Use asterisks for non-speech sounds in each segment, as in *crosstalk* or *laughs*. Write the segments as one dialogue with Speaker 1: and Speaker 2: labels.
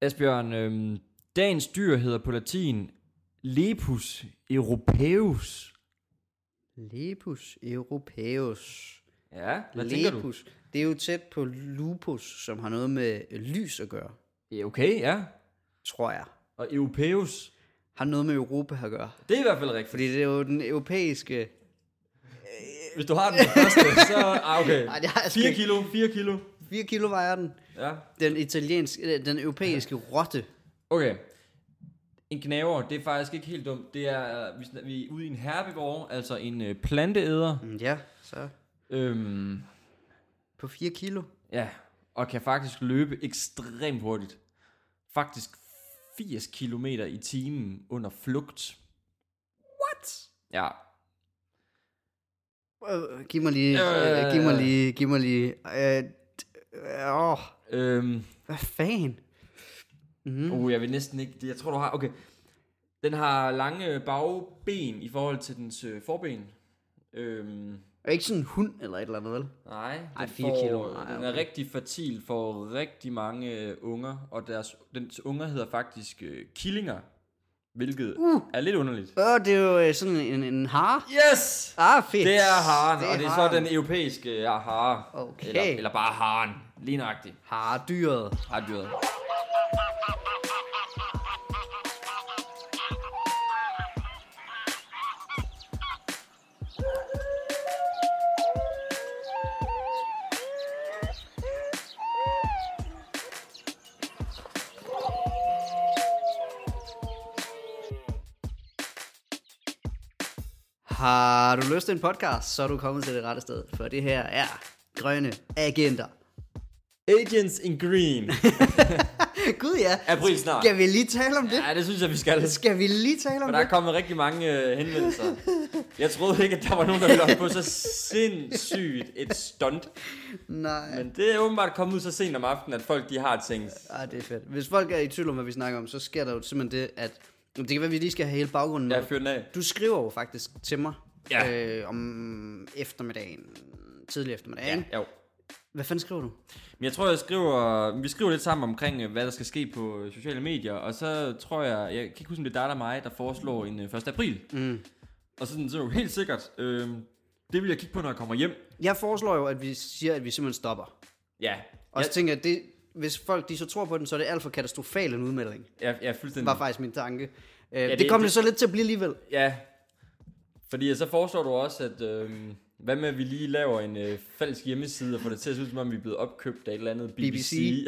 Speaker 1: Asbjørn, øhm, dagens dyr hedder på latin Lepus europaeus.
Speaker 2: Lepus europaeus.
Speaker 1: Ja, hvad tænker du?
Speaker 2: Lepus. Det er jo tæt på lupus, som har noget med øh, lys at gøre,
Speaker 1: Ja, okay, ja.
Speaker 2: tror jeg.
Speaker 1: Og europaeus,
Speaker 2: Har noget med Europa at gøre.
Speaker 1: det er i hvert fald rigtigt.
Speaker 2: Fordi det er jo den europæiske...
Speaker 1: Hvis du *laughs* har den første, så... Ah, okay.
Speaker 2: Ej, det har jeg sgu
Speaker 1: 4
Speaker 2: ikke.
Speaker 1: kilo, 4 kilo.
Speaker 2: 4 kilo vejer den.
Speaker 1: Ja.
Speaker 2: Den italienske... øh, Den europæiske rotte.
Speaker 1: Okay. En knaver, det er faktisk ikke helt dumt. Det er, øh, vi, sn- vi er ude i en herbivore, altså en øh, planteæder.
Speaker 2: Mm, Ja, så
Speaker 1: Øhm,
Speaker 2: på 4 kilo.
Speaker 1: ja, og kan faktisk løbe ekstremt hurtigt. Faktisk 80 km i timen under flugt. What? Ja.
Speaker 2: Øh, Giv mig lige...
Speaker 1: Øh.
Speaker 2: Øh, giv mig lige... Giv mig lige... Øh, t- øh, åh,
Speaker 1: Øhm,
Speaker 2: hvad fanden?
Speaker 1: mm. uh, jeg vil næsten ikke... Jeg tror, du har... Okay. Den har lange øh, bagben i forhold til dens øh, forben. Øhm,
Speaker 2: Og ikke sådan en hund eller et eller andet, vel?
Speaker 1: Nej, den,
Speaker 2: Ej, fire
Speaker 1: får,
Speaker 2: kilo. Ej,
Speaker 1: den er rigtig fertil for rigtig mange øh, unger, og deres, dens unger hedder faktisk øh, killinger, hvilket uh. er lidt underligt.
Speaker 2: Åh, det er jo øh, sådan en, en hare.
Speaker 1: Yes!
Speaker 2: Ah, fedt.
Speaker 1: Det er haren,
Speaker 2: er
Speaker 1: og det er
Speaker 2: haren.
Speaker 1: så den europæiske ja, hare.
Speaker 2: Okay.
Speaker 1: Eller, eller bare haren, lige nøjagtigt.
Speaker 2: Hardyret.
Speaker 1: Hardyret.
Speaker 2: Har du lyst til en podcast, så er du kommet til det rette sted, for det her er Grønne Agenter. *laughs*
Speaker 1: Agents in Green.
Speaker 2: Gud ja,
Speaker 1: April snart.
Speaker 2: skal vi lige tale om det?
Speaker 1: *laughs* Ja, det synes jeg, vi skal.
Speaker 2: Skal vi lige tale om
Speaker 1: For der er
Speaker 2: det?
Speaker 1: kommet rigtig mange øh, henvendelser. Jeg troede ikke, at der var nogen, der ville op på så sindssygt et stunt.
Speaker 2: Nej,
Speaker 1: Men det er åbenbart kommet ud så sent om aftenen, at folk de har tænkt,
Speaker 2: ah, det er fedt. Hvis folk er i tvivl om, hvad vi snakker om, så sker der jo simpelthen det, at... Det kan være, at vi lige skal have hele baggrunden med.
Speaker 1: jeg fyrer den af.
Speaker 2: Du skriver jo faktisk til mig
Speaker 1: Ja.
Speaker 2: øh, om eftermiddagen, tidlig eftermiddag. Ja.
Speaker 1: Jo.
Speaker 2: Hvad fanden skriver du?
Speaker 1: Men jeg tror, jeg skriver, vi skriver lidt sammen omkring, øh, hvad der skal ske på øh, sociale medier, og så tror jeg, jeg kan ikke huske, om det er dig eller mig, der foreslår en øh, 1. april. Mm. Og sådan, så er det jo helt sikkert, øh, det vil jeg kigge på, når jeg kommer hjem.
Speaker 2: Jeg foreslår jo, at vi siger, at vi simpelthen stopper.
Speaker 1: Ja,
Speaker 2: Og så tænker jeg, at det, hvis folk de så tror på den, så er det alt for katastrofal en udmelding.
Speaker 1: jeg, jeg er
Speaker 2: var
Speaker 1: fuldstændig...
Speaker 2: faktisk min tanke. Øh, ja, det,
Speaker 1: det-
Speaker 2: det kom det,
Speaker 1: det-
Speaker 2: det så lidt til at blive alligevel.
Speaker 1: Ja, fordi så foreslår du også, at øh, hvad med, at vi lige laver en øh, falsk hjemmeside, og får det til at se ud, som om vi er blevet opkøbt af et eller andet BBC.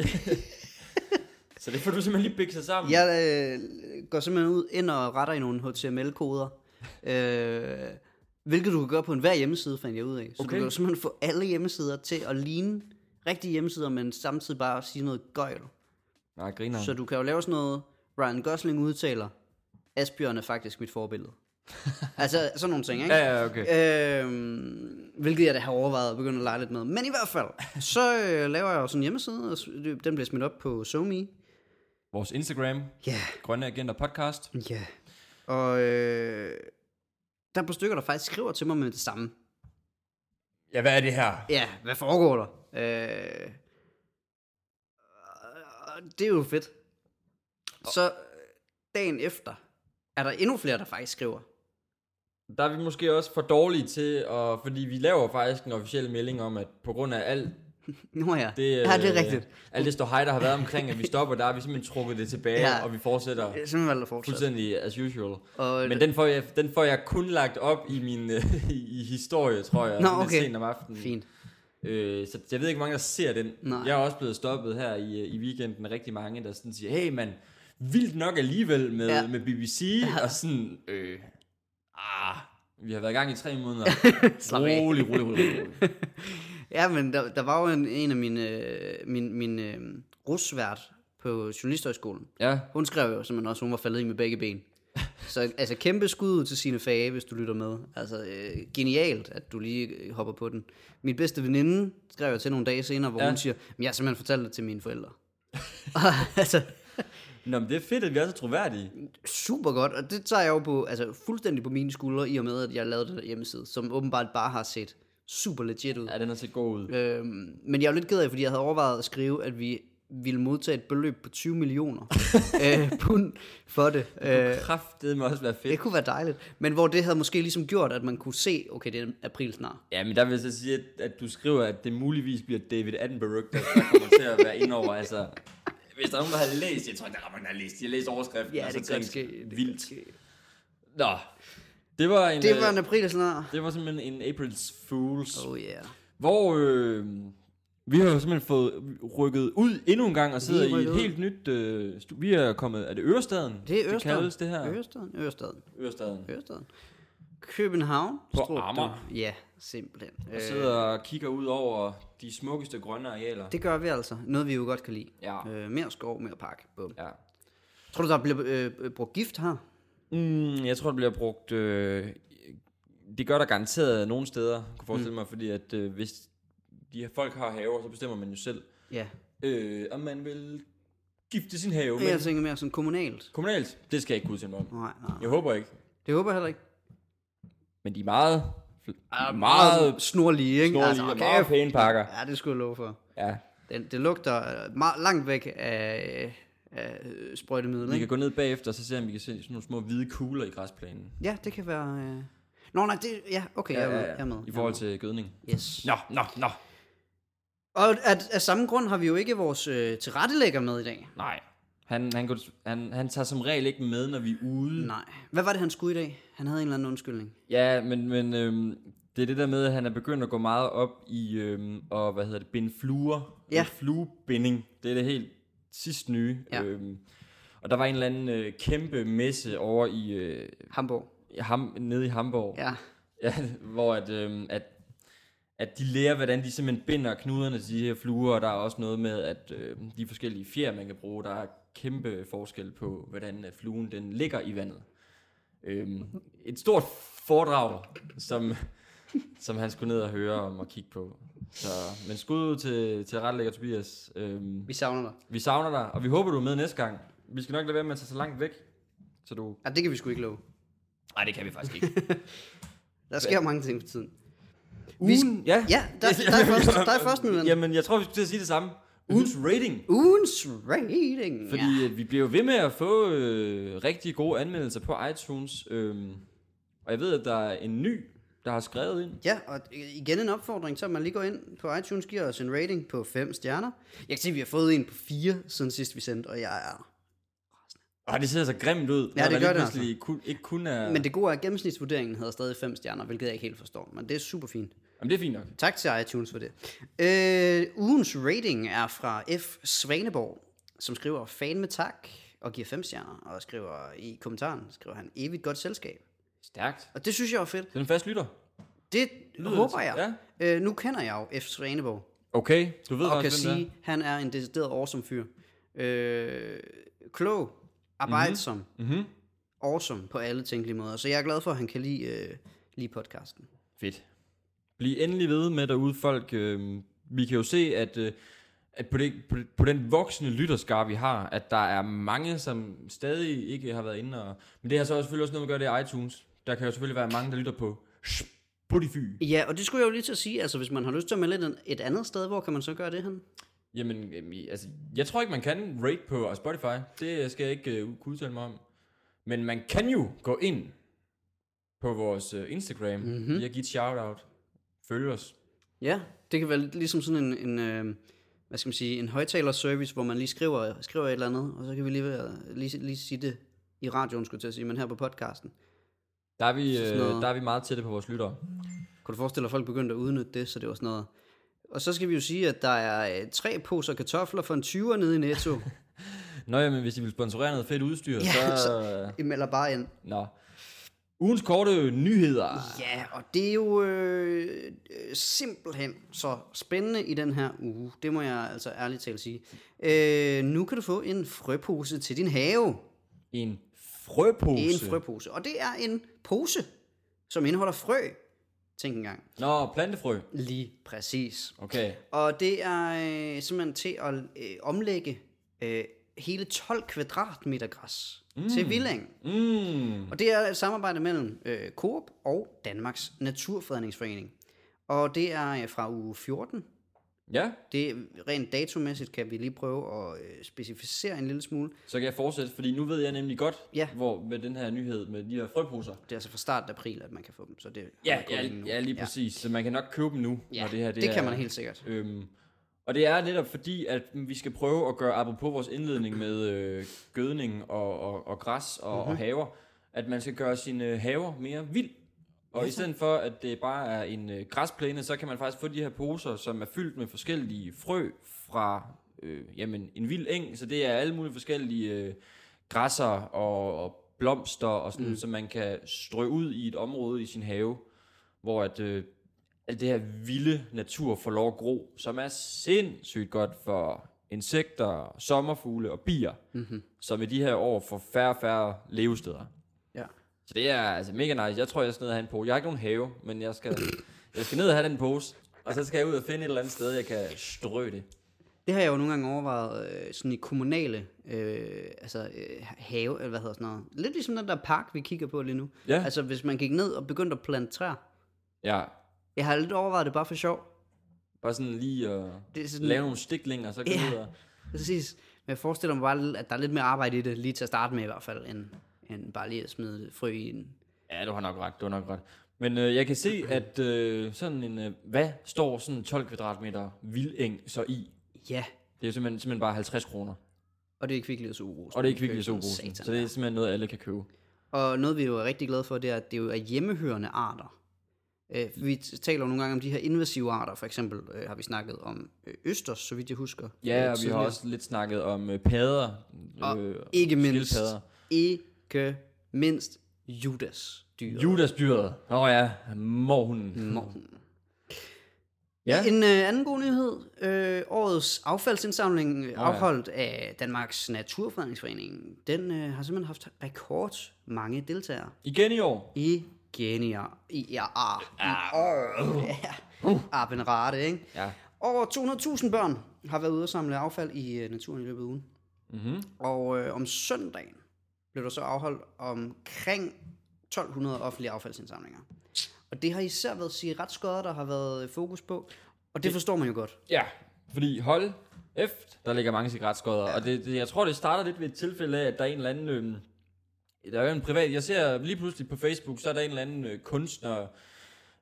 Speaker 1: *laughs* så det får du simpelthen lige bikset sammen.
Speaker 2: Jeg øh, går simpelthen ud ind og retter i nogle HTML-koder. Øh, hvilket du kan gøre på enhver hjemmeside, fandt jeg ud af.
Speaker 1: Okay.
Speaker 2: Så okay. du kan jo simpelthen få alle hjemmesider til at ligne rigtige hjemmesider, men samtidig bare sige noget gøjl.
Speaker 1: Nej, griner.
Speaker 2: Så du kan jo lave sådan noget, Ryan Gosling udtaler, Asbjørn er faktisk mit forbillede. *laughs* altså sådan nogle ting, ikke?
Speaker 1: Ja, ja, okay.
Speaker 2: Øhm, hvilket jeg da har overvejet at begynde at lege lidt med. Men i hvert fald, så øh, laver jeg jo sådan en hjemmeside, og s- det- den bliver smidt op på SoMe.
Speaker 1: Vores Instagram,
Speaker 2: Ja,
Speaker 1: Grønne Agenter Podcast.
Speaker 2: ja. Og øh, der er et par stykker, der faktisk skriver til mig med det samme.
Speaker 1: Ja, hvad er det her?
Speaker 2: Ja, hvad foregår der? Øh, og det er jo fedt. Så øh, dagen efter er der endnu flere, der faktisk skriver.
Speaker 1: Der er vi måske også for dårlige til, og, fordi vi laver faktisk en officiel melding om, at på grund af alt
Speaker 2: Nu ja.
Speaker 1: det,
Speaker 2: ja, det er
Speaker 1: øh,
Speaker 2: rigtigt.
Speaker 1: alt det står hej, der har været omkring, at vi stopper, der har vi simpelthen trukket det tilbage, ja.
Speaker 2: Ja.
Speaker 1: og vi fortsætter
Speaker 2: Det er simpelthen valgt at fortsætte.
Speaker 1: fuldstændig as usual.
Speaker 2: Og øh,
Speaker 1: Men den får, jeg, den får jeg kun lagt op i min øh, *laughs* i i historie, tror jeg,
Speaker 2: Nå,
Speaker 1: lidt
Speaker 2: okay.
Speaker 1: sent om aftenen.
Speaker 2: Fint.
Speaker 1: Øh, så jeg ved ikke, hvor mange der ser den.
Speaker 2: Nej.
Speaker 1: Jeg er også blevet stoppet her i, øh, i weekenden af rigtig mange, der sådan siger, hey mand, vildt nok alligevel med, ja.
Speaker 2: Ja.
Speaker 1: med BBC, ja. og sådan, øh, ah, vi har været i gang i tre måneder.
Speaker 2: *laughs* Slap af.
Speaker 1: rolig, rolig, rolig, rolig.
Speaker 2: Ja, men der, der var jo en, en af mine, øh, min, min øh, rusvært på Journalisthøjskolen.
Speaker 1: Ja,
Speaker 2: Hun skrev jo simpelthen også, at hun var faldet i med begge ben. Så altså, kæmpe skud ud til sine fage, hvis du lytter med. Altså, øh, genialt, at du lige øh, hopper på den. Min bedste veninde skrev jeg til nogle dage senere, hvor
Speaker 1: Ja.
Speaker 2: ja. hun siger, men jeg har simpelthen fortalt det til mine forældre. *laughs* Og, altså,
Speaker 1: Nå, men det er fedt, at vi er så troværdige.
Speaker 2: super godt, og det tager jeg jo på, altså, fuldstændig på mine skuldre, i og med, at jeg lavede den der hjemmeside, som åbenbart bare har set super legit ud.
Speaker 1: Ja, den har set god ud.
Speaker 2: Øhm, men jeg er jo lidt ked af, fordi jeg havde overvejet at skrive, at vi ville modtage et beløb på 20 *laughs* millioner øh, pund for det. Øh,
Speaker 1: Kraftet må også være fedt.
Speaker 2: det kunne være dejligt. Men hvor det havde måske ligesom gjort, at man kunne se, okay, det er april snart.
Speaker 1: Ja, men der vil jeg så sige, at, at du skriver, at det muligvis bliver David Attenborough, der, der kommer til at være indover. Altså, hvis der er nogen, der har læst, jeg tror ikke, der er ret mange, der har læst. De har læst overskriften,
Speaker 2: Ja,
Speaker 1: og så
Speaker 2: Altså, det kan
Speaker 1: tænkt,
Speaker 2: godt ske. Det kan
Speaker 1: vildt.
Speaker 2: godt ske.
Speaker 1: Nå, det var en...
Speaker 2: Det var
Speaker 1: øh,
Speaker 2: en april snart.
Speaker 1: det var simpelthen en April's Fools.
Speaker 2: Oh yeah.
Speaker 1: Hvor øh, vi har jo simpelthen fået rykket ud endnu en gang og sidder i
Speaker 2: rykket
Speaker 1: et
Speaker 2: ud.
Speaker 1: helt nyt... Øh, stu- vi er kommet... Er det Ørestaden?
Speaker 2: Det er Ørestaden.
Speaker 1: Det kaldes det her.
Speaker 2: Ørestaden, Ørestaden,
Speaker 1: Ørestaden.
Speaker 2: Ørestaden. København.
Speaker 1: På
Speaker 2: Strup, du.
Speaker 1: Amager.
Speaker 2: Ja, simpelthen.
Speaker 1: Og
Speaker 2: Øh,
Speaker 1: sidder og kigger ud over de smukkeste grønne arealer.
Speaker 2: Det gør vi altså. Noget, vi jo godt kan lide.
Speaker 1: Ja.
Speaker 2: Øh, mere skov, mere park. Bum.
Speaker 1: Ja.
Speaker 2: Tror du, der bliver øh, øh, brugt gift her?
Speaker 1: Mm, jeg tror, det bliver brugt... Øh, det gør der garanteret nogle steder, kunne jeg forestille mm. mig, fordi at øh, hvis de her folk har haver, så bestemmer man jo selv,
Speaker 2: Ja.
Speaker 1: øh, om man vil gifte sin have.
Speaker 2: Men jeg
Speaker 1: Men
Speaker 2: tænker mere sådan kommunalt.
Speaker 1: kommunalt, det skal jeg ikke kunne til mig om.
Speaker 2: Nej, nej.
Speaker 1: Jeg håber ikke.
Speaker 2: Det håber jeg heller ikke.
Speaker 1: Men de er meget...
Speaker 2: Ah,
Speaker 1: Meget,
Speaker 2: sådan snorlige, ikke? Altså,
Speaker 1: snorlige, og meget pæne pakker.
Speaker 2: Ja, det skulle jeg love for.
Speaker 1: Ja.
Speaker 2: Den, det lugter øh, meget langt væk af, af øh, sprøjtemiddel,
Speaker 1: Vi kan
Speaker 2: ikke?
Speaker 1: gå ned bagefter, og så se, om vi kan se sådan nogle små hvide kugler i græsplænen.
Speaker 2: Ja, det kan være... Øh... Nå, nej, det... Ja, okay, ja, jeg, er med, jeg er med.
Speaker 1: I forhold til gødning.
Speaker 2: Yes.
Speaker 1: Nå, nå, nå.
Speaker 2: Og af, af samme grund har vi jo ikke vores øh, tilrettelægger med i dag.
Speaker 1: Nej. Han, han, kunne- han, han tager som regel ikke med, når vi er ude.
Speaker 2: Nej. Hvad var det, han skulle i dag? Han havde en eller anden undskyldning.
Speaker 1: Ja, men, men øhm, det er det der med, at han er begyndt at gå meget op i, øhm, og hvad hedder det, binde fluer.
Speaker 2: Ja.
Speaker 1: Fluebinding. Det er det helt sidst nye.
Speaker 2: Ja.
Speaker 1: Øhm, og der var en eller anden øh, kæmpe messe over i, øh,
Speaker 2: Hamburg.
Speaker 1: i ham, nede i Hamburg,
Speaker 2: Ja.
Speaker 1: *laughs* ja, hvor at, øhm, at, at de lærer, hvordan de simpelthen binder knuderne til de her fluer, og der er også noget med, at øh, de forskellige fjer, man kan bruge, der er kæmpe forskel på, hvordan at fluen den ligger i vandet. Øhm, et stort foredrag, som, som han skulle ned og høre om og kigge på. Så, men skud ud til, til retlægger Tobias. Øhm,
Speaker 2: Vi savner dig.
Speaker 1: vi savner dig, og vi håber, du er med næste gang. Vi skal nok lade være med at tage så langt væk, så du...
Speaker 2: Ja, det kan vi sgu ikke love.
Speaker 1: Nej, det kan vi faktisk ikke.
Speaker 2: Der sker mange ting for tiden. Vi sk-
Speaker 1: Ugen, ja.
Speaker 2: Ja, der, der
Speaker 1: *laughs*
Speaker 2: er først, der er først nu.
Speaker 1: Jamen, jeg tror, vi skulle til at sige det samme. Ugens rating.
Speaker 2: Ugens rating.
Speaker 1: Fordi ja. vi bliver jo ved med at få øh, rigtig gode anmeldelser på iTunes. Øh, og jeg ved, at der er en ny, der har skrevet ind.
Speaker 2: Ja, og igen en opfordring til, at man lige går ind på iTunes, giver os en rating på 5 stjerner. Jeg kan se, at vi har fået en på 4, siden sidst vi sendte, og jeg er...
Speaker 1: Og det ser så grimt ud. når der
Speaker 2: det gør
Speaker 1: lige
Speaker 2: det altså.
Speaker 1: pludselig Kun, ikke kun er...
Speaker 2: Men det gode er, at gennemsnitsvurderingen havde stadig 5 stjerner, hvilket jeg ikke helt forstår, men det er super fint.
Speaker 1: Jamen, det er fint nok.
Speaker 2: Tak til iTunes for det. Øh, ugens rating er fra F. Svaneborg, som skriver fan med tak og giver 5 stjerner, og skriver i kommentaren, skriver han evigt godt selskab.
Speaker 1: Stærkt.
Speaker 2: Og det synes jeg var fedt.
Speaker 1: Det er en fast lytter.
Speaker 2: Det
Speaker 1: Lyder
Speaker 2: håber
Speaker 1: det-
Speaker 2: jeg. Ja. Øh, nu kender jeg jo F. Svaneborg,
Speaker 1: Okay, du ved
Speaker 2: og kan
Speaker 1: faktisk, hvem det
Speaker 2: sige, han er en decideret awesome fyr. Øh, klog, arbejdsom,
Speaker 1: er. Mm-hmm.
Speaker 2: awesome på alle tænkelige måder. Så jeg er glad for, at han kan lide, øh, lide podcasten.
Speaker 1: Fedt. Bliv endelig ved med derude, folk. Øhm, Vi kan jo se, at, øh, at på, det, på, det- på den voksne lytterskar, vi har, at der er mange, som stadig ikke har været inde. Og, men det har så selvfølgelig også noget at gøre, det er iTunes. Der kan jo selvfølgelig være mange, der lytter på Spotify.
Speaker 2: Ja, og det skulle jeg jo lige til at sige, altså hvis man har lyst til at melde et, et andet sted, hvor kan man så gøre det hen?
Speaker 1: Jamen, øhm, i- altså, jeg tror ikke, man kan rate på øh, Spotify. Det skal jeg ikke øh, kunne udtale mig om. Men man kan jo gå ind på vores øh, Instagram. Mm-hmm. Jeg giver et shout-out. Følg os.
Speaker 2: Ja, det kan være lidt ligesom sådan en, en øh, hvad skal man sige, en højtalerservice, hvor man lige skriver, skriver et eller andet, og så kan vi lige, være- lige, lige sige det i radioen, skulle jeg til at sige, men her på podcasten.
Speaker 1: Der er vi,
Speaker 2: Sådan
Speaker 1: øh,
Speaker 2: noget.
Speaker 1: der er vi meget tætte på vores lyttere.
Speaker 2: Kunne du forestille dig, at folk begyndte at udnytte det, så det var sådan noget. Og så skal vi jo sige, at der er øh, tre poser kartofler for en 20'er nede i *laughs* Netto.
Speaker 1: Nå ja, men hvis I vil sponsorere noget fedt udstyr, ja,
Speaker 2: Ja,
Speaker 1: *laughs* så...
Speaker 2: I melder bare ind.
Speaker 1: Nå. Ugens korte nyheder.
Speaker 2: Ja, og det er jo øh, øh, simpelthen så spændende i den her uge. Det må jeg altså ærligt talt sige. Øh, nu kan du få en frøpose til din have.
Speaker 1: En frøpose.
Speaker 2: En frøpose. Og det er en pose, som indeholder frø. Tænk engang.
Speaker 1: Nå, plantefrø.
Speaker 2: Lige præcis.
Speaker 1: Okay.
Speaker 2: Og det er øh, simpelthen til at øh, omlægge øh, hele 12 kvadratmeter græs mm. til Villang.
Speaker 1: Mm.
Speaker 2: Og det er et samarbejde mellem øh, Coop og Danmarks Naturfredningsforening. Og det er øh, fra uge 14,
Speaker 1: Ja,
Speaker 2: Det rent datomæssigt kan vi lige prøve at øh, specificere en lille smule.
Speaker 1: så kan jeg fortsætte, fordi nu ved jeg nemlig godt,
Speaker 2: Ja.
Speaker 1: hvor med den her nyhed med de her frøposer.
Speaker 2: Det er altså fra starten af april, at man kan få dem, så det
Speaker 1: Ja,
Speaker 2: holder kun
Speaker 1: ja,
Speaker 2: lige nu.
Speaker 1: ja lige præcis. Ja. Så man kan nok købe dem nu,
Speaker 2: Ja,
Speaker 1: når det her det,
Speaker 2: det kan
Speaker 1: er-
Speaker 2: man helt sikkert.
Speaker 1: Øhm, og det er netop fordi, at vi skal prøve at gøre, apropos vores indledning med øh, gødning og, og, og græs og, mm-hmm. og haver, at man skal gøre sine øh, haver mere vild. Og i stedet for, at det bare er en øh, græsplæne, så kan man faktisk få de her poser, som er fyldt med forskellige frø fra øh, jamen, en vild eng. Så det er alle mulige forskellige øh, græsser og, og blomster, og sådan, mm. som man kan strø ud i et område i sin have, hvor at, øh, alt det her vilde natur får lov at gro, som er sindssygt godt for insekter, sommerfugle og bier,
Speaker 2: Mhm.
Speaker 1: mm-hmm. som i de her år får færre og færre levesteder.
Speaker 2: Ja.
Speaker 1: Så det er altså mega nice. Jeg tror, jeg skal ned og have en pose. Jeg har ikke nogen have, men jeg skal, jeg skal ned og have den pose. Og så skal jeg ud og finde et eller andet sted, jeg kan strø det.
Speaker 2: Det har jeg jo nogle gange overvejet øh, sådan i kommunale øh, altså, øh, have, eller hvad hedder sådan noget. Lidt ligesom den der park, vi kigger på lige nu.
Speaker 1: Ja.
Speaker 2: Altså hvis man gik ned og begyndte at plante træer.
Speaker 1: Ja,
Speaker 2: Jeg har lidt overvejet det bare for sjov.
Speaker 1: bare sådan lige at
Speaker 2: Det er sådan-
Speaker 1: lave nogle stiklinger, så kan
Speaker 2: Ja.
Speaker 1: yeah. ud og...
Speaker 2: Præcis. Men jeg forestiller mig bare, at der er lidt mere arbejde i det, lige til at starte med i hvert fald, end, end bare lige at smide frø i en.
Speaker 1: Ja, du har nok ret, du har nok ret. Men øh, jeg kan se, at øh, sådan en, øh, hvad står sådan en 12 kvadratmeter vildeng så i?
Speaker 2: Ja,
Speaker 1: Det er jo simpelthen, simpelthen bare 50 kroner.
Speaker 2: og det er Kvicklids Uro.
Speaker 1: Og det er ikke virkelig så brusen. Så det er simpelthen noget, alle kan købe.
Speaker 2: Og noget, vi jo er rigtig glade for, det er, at det jo er hjemmehørende arter. Øh, vi t- taler jo nogle gange om de her invasive arter, for eksempel øh, har vi snakket om øh, østers, så vidt jeg husker. øh,
Speaker 1: Ja, og vi har
Speaker 2: tidligere.
Speaker 1: også lidt snakket om øh, padder.
Speaker 2: Og
Speaker 1: Øh,
Speaker 2: ikke mindst,
Speaker 1: skildpadder.
Speaker 2: ikke mindst Judas dyr.
Speaker 1: Judasdyret. Åh oh, ja, morhunden. Ja.
Speaker 2: En øh, anden god nyhed. Øh, årets affaldsindsamling øh,
Speaker 1: ja.
Speaker 2: afholdt af Danmarks Naturfredningsforening, den øh, har simpelthen haft rekord mange deltagere.
Speaker 1: Igen i år.
Speaker 2: I genier. I ja, ar. Ja. Arben rate, ikke?
Speaker 1: Ah. Uh. Ja.
Speaker 2: Over 200.000 børn har været ude og samle affald i øh, naturen i løbet af ugen.
Speaker 1: Mm-hmm.
Speaker 2: Og øh, om søndagen blev der så afholdt omkring 1200 offentlige affaldsindsamlinger. Og det har især været cigaretskodder, der har været øh, fokus på. Og det forstår man jo godt.
Speaker 1: Ja, fordi hold F, der ligger mange cigaretskodder, ja. og det, det, jeg tror, det starter lidt ved et tilfælde af, at der er en eller anden, øh, der er jo en privat, jeg ser lige pludselig på Facebook, så er der en eller anden øh, kunstner,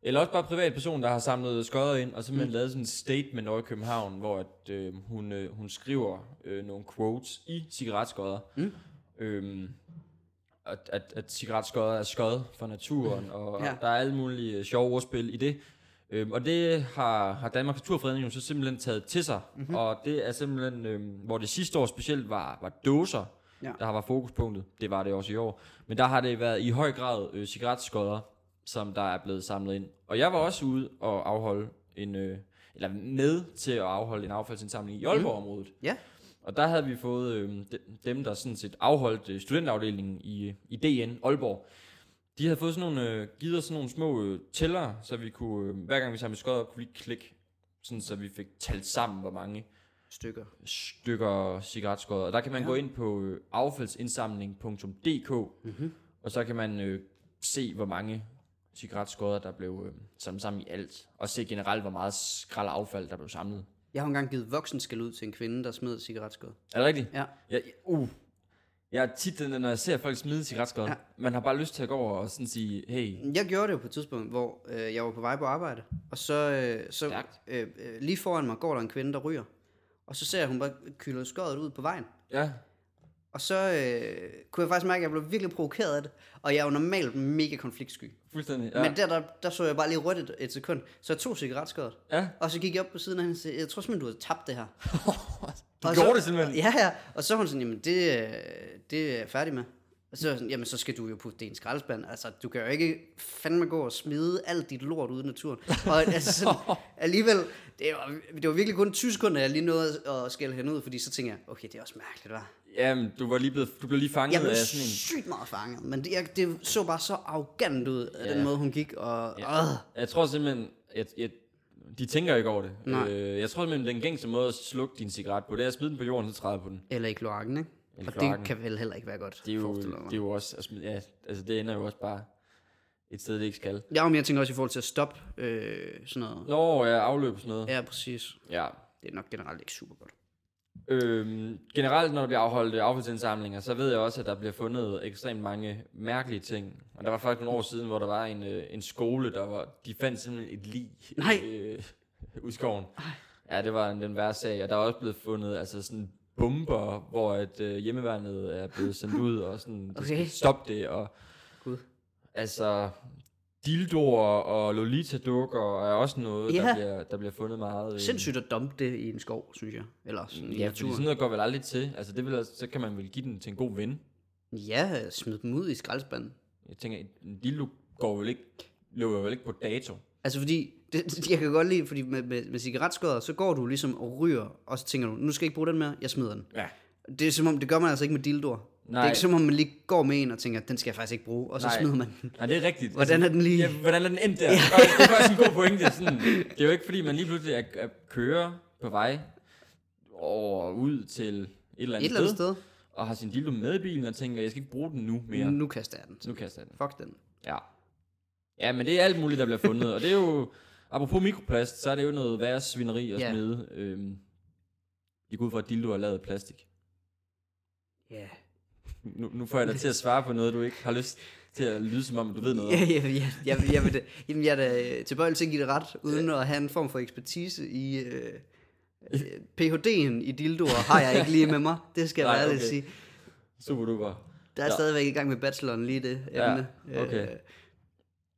Speaker 1: eller også bare privatperson, der har samlet skodder ind, og simpelthen mm. lavet sådan en statement over i København, hvor at, øh, hun, øh, hun skriver øh, nogle quotes i cigaretskodder. Mm. Øhm, at, at, at cigaretskodder er skod for naturen, og
Speaker 2: Ja.
Speaker 1: ja. der er alle mulige øh, sjove ordspil i det. Øhm, og det har, har Danmarks Naturfredning jo så simpelthen taget til sig, mm-hmm. og det er simpelthen, øhm, hvor det sidste år specielt var, var dåser,
Speaker 2: Ja.
Speaker 1: ja. der har var fokuspunktet, det var det også i år, men der har det været i høj grad øh, cigaretskodder, som der er blevet samlet ind. Og jeg var også ude og afholde en, øh, eller med til at afholde en affaldsindsamling i Aalborg-området.
Speaker 2: Ja.
Speaker 1: Og der havde vi fået øh, de- dem, der sådan set afholdt øh, studenterafdelingen i, i DN Aalborg. De havde fået sådan nogle, øh, givet os sådan nogle små øh, tæller, så vi kunne, øh, hver gang vi samlede skodder, kunne vi lige klikke, sådan så vi fik talt sammen, hvor mange
Speaker 2: Stykker.
Speaker 1: stykker cigaretskodder. Og der kan man ja. gå ind på øh, affaldsindsamling.dk, mm-hmm. og så kan man øh, se, hvor mange cigaretskodder, der blev øh, samlet sammen i alt. Og se generelt, hvor meget skrald og affald, der blev samlet.
Speaker 2: Jeg har engang givet voksen skal ud til en kvinde, der smed cigaretskod.
Speaker 1: Er det rigtigt?
Speaker 2: Ja.
Speaker 1: Jeg, uh. jeg er tit den, der, når jeg ser folk smide cigaretskod. Ja. Man har bare lyst til at gå over og sådan sige, hey,
Speaker 2: Jeg gjorde det jo på et tidspunkt, hvor øh, jeg var på vej på arbejde, og så, øh, så
Speaker 1: Stærkt.
Speaker 2: øh, øh, lige foran mig går der en kvinde, der ryger. Og så ser jeg, at hun bare kylder skødet ud på vejen.
Speaker 1: ja,
Speaker 2: Og så øh, kunne jeg faktisk mærke, at jeg blev virkelig provokeret af det. Og jeg er jo normalt mega konfliktsky.
Speaker 1: fuldstændig.
Speaker 2: Ja.
Speaker 1: Ja.
Speaker 2: Men der, der, der så jeg bare lige rødt et, et sekund. Så jeg tog cigaretskødet.
Speaker 1: ja.
Speaker 2: Og så gik jeg op på siden af hende og sagde, jeg tror simpelthen, du har tabt det her.
Speaker 1: du
Speaker 2: og
Speaker 1: gjorde
Speaker 2: så,
Speaker 1: det simpelthen.
Speaker 2: Ja, ja. Og så var hun sådan, jamen det, øh, det er jeg færdig med. Og så var jeg sådan, jamen så skal du jo putte det i en skraldespand. Altså, du kan jo ikke fandme gå og smide alt dit lort ud i naturen. Og altså,
Speaker 1: *laughs*
Speaker 2: sådan, alligevel, det var, det var virkelig kun 20 sekunder, jeg lige nåede at- at skælde hende ud, fordi så tænker jeg, okay, det er også mærkeligt, hva'?
Speaker 1: Jamen, du var lige blevet, du blev lige fanget
Speaker 2: Jeg blev
Speaker 1: af sådan en...
Speaker 2: sygt meget fanget, men det, jeg, det så bare så arrogant ud, af den måde, hun gik, og ja. øh,
Speaker 1: Jeg tror simpelthen, jeg, jeg, de tænker ikke over det. Øh, jeg tror simpelthen, den gængse måde at slukke din cigaret på, det er at smide den på jorden, så træde på den.
Speaker 2: eller i kloakken, ikke?
Speaker 1: Eller
Speaker 2: og
Speaker 1: kloakken.
Speaker 2: det kan vel heller ikke være godt,
Speaker 1: Det er jo,
Speaker 2: forestiller jeg mig.
Speaker 1: det er jo også, at smide- ja, altså det ender jo også bare et sted, det ikke skal.
Speaker 2: Ja, men jeg tænker også i forhold til at stoppe øh, sådan noget.
Speaker 1: Nå, ja, afløb og sådan noget.
Speaker 2: Ja, præcis.
Speaker 1: Ja.
Speaker 2: Det er nok generelt ikke super godt.
Speaker 1: Øhm, generelt, når der bliver afholdt øh, affaldsindsamlinger, så ved jeg også, at der bliver fundet ekstremt mange mærkelige ting. Og der var faktisk nogle år siden, hvor der var en, øh, en skole, der var, de fandt simpelthen et lig
Speaker 2: Nej.
Speaker 1: Øh, *laughs* ud i skoven. Ja, det var en, den værste sag. Og der er også blevet fundet altså sådan bomber, hvor at øh, hjemmeværnet er blevet sendt ud, og sådan, okay.
Speaker 2: Okay.
Speaker 1: de skal stoppe det, og
Speaker 2: Gud.
Speaker 1: altså dildoer og Lolita-dukker er også noget,
Speaker 2: Ja.
Speaker 1: der, bliver, der bliver fundet meget. øh,
Speaker 2: Sindssygt at dumpe det i en skov, synes jeg. Eller sådan ja, i
Speaker 1: Ja, fordi sådan
Speaker 2: naturen.
Speaker 1: noget går vel aldrig til. Altså, det vil, altså- så kan man vel give den til en god ven.
Speaker 2: Ja, smid dem ud i skraldespanden.
Speaker 1: Jeg tænker, en dildo går vel ikke, løber vel ikke på dato.
Speaker 2: Altså fordi, det, *laughs* jeg kan godt lide, fordi med, med, med cigaretskodder, så går du ligesom og ryger, og så tænker du, nu skal jeg ikke bruge den mere, jeg smider den.
Speaker 1: Ja.
Speaker 2: Det er som om, det gør man altså ikke med dildoer. Det
Speaker 1: Nej.
Speaker 2: er ikke som om, man lige går med en og tænker, den skal jeg faktisk ikke bruge, og så
Speaker 1: Nej. Altså,
Speaker 2: smider man den.
Speaker 1: Nej, det er rigtigt.
Speaker 2: Hvordan er den lige-
Speaker 1: Ja, hvordan er den endt der? Ja. Det er faktisk en god pointe. Sådan, det er jo ikke, fordi man lige pludselig er, er kører på vej over ud til et eller
Speaker 2: Et
Speaker 1: andet,
Speaker 2: eller andet sted, Mm.
Speaker 1: og har sin dildo med i bilen og tænker, jeg skal ikke bruge den nu mere.
Speaker 2: nu kaster jeg den.
Speaker 1: Nu kaster jeg den.
Speaker 2: Fuck den.
Speaker 1: Ja. Ja, men det er alt muligt, der bliver fundet, og det er jo, apropos mikroplast, så er det jo noget værre svineri at
Speaker 2: Ja.
Speaker 1: yeah. smide. Øhm, jeg går ud fra, at dildo er lavet af plastik.
Speaker 2: Ja.
Speaker 1: Nu, nu får jeg dig til at svare på noget, du ikke har lyst til at lyde som om, du ved noget
Speaker 2: *laughs* Ja,
Speaker 1: om.
Speaker 2: ja, ja, jeg, jeg, vil, da- jamen, jeg er da øh, tilbøjelig til at give det ret, uden at have en form for ekspertise i... Øh, øh, PhD'en i dildoer har jeg ikke lige med mig, det skal jeg
Speaker 1: Nej,
Speaker 2: være ærlig
Speaker 1: okay.
Speaker 2: okay. sige.
Speaker 1: Super duper.
Speaker 2: Der er
Speaker 1: Nå.
Speaker 2: stadigvæk i gang med bacheloren lige i det
Speaker 1: Ja,
Speaker 2: emne.
Speaker 1: okay.
Speaker 2: Øh,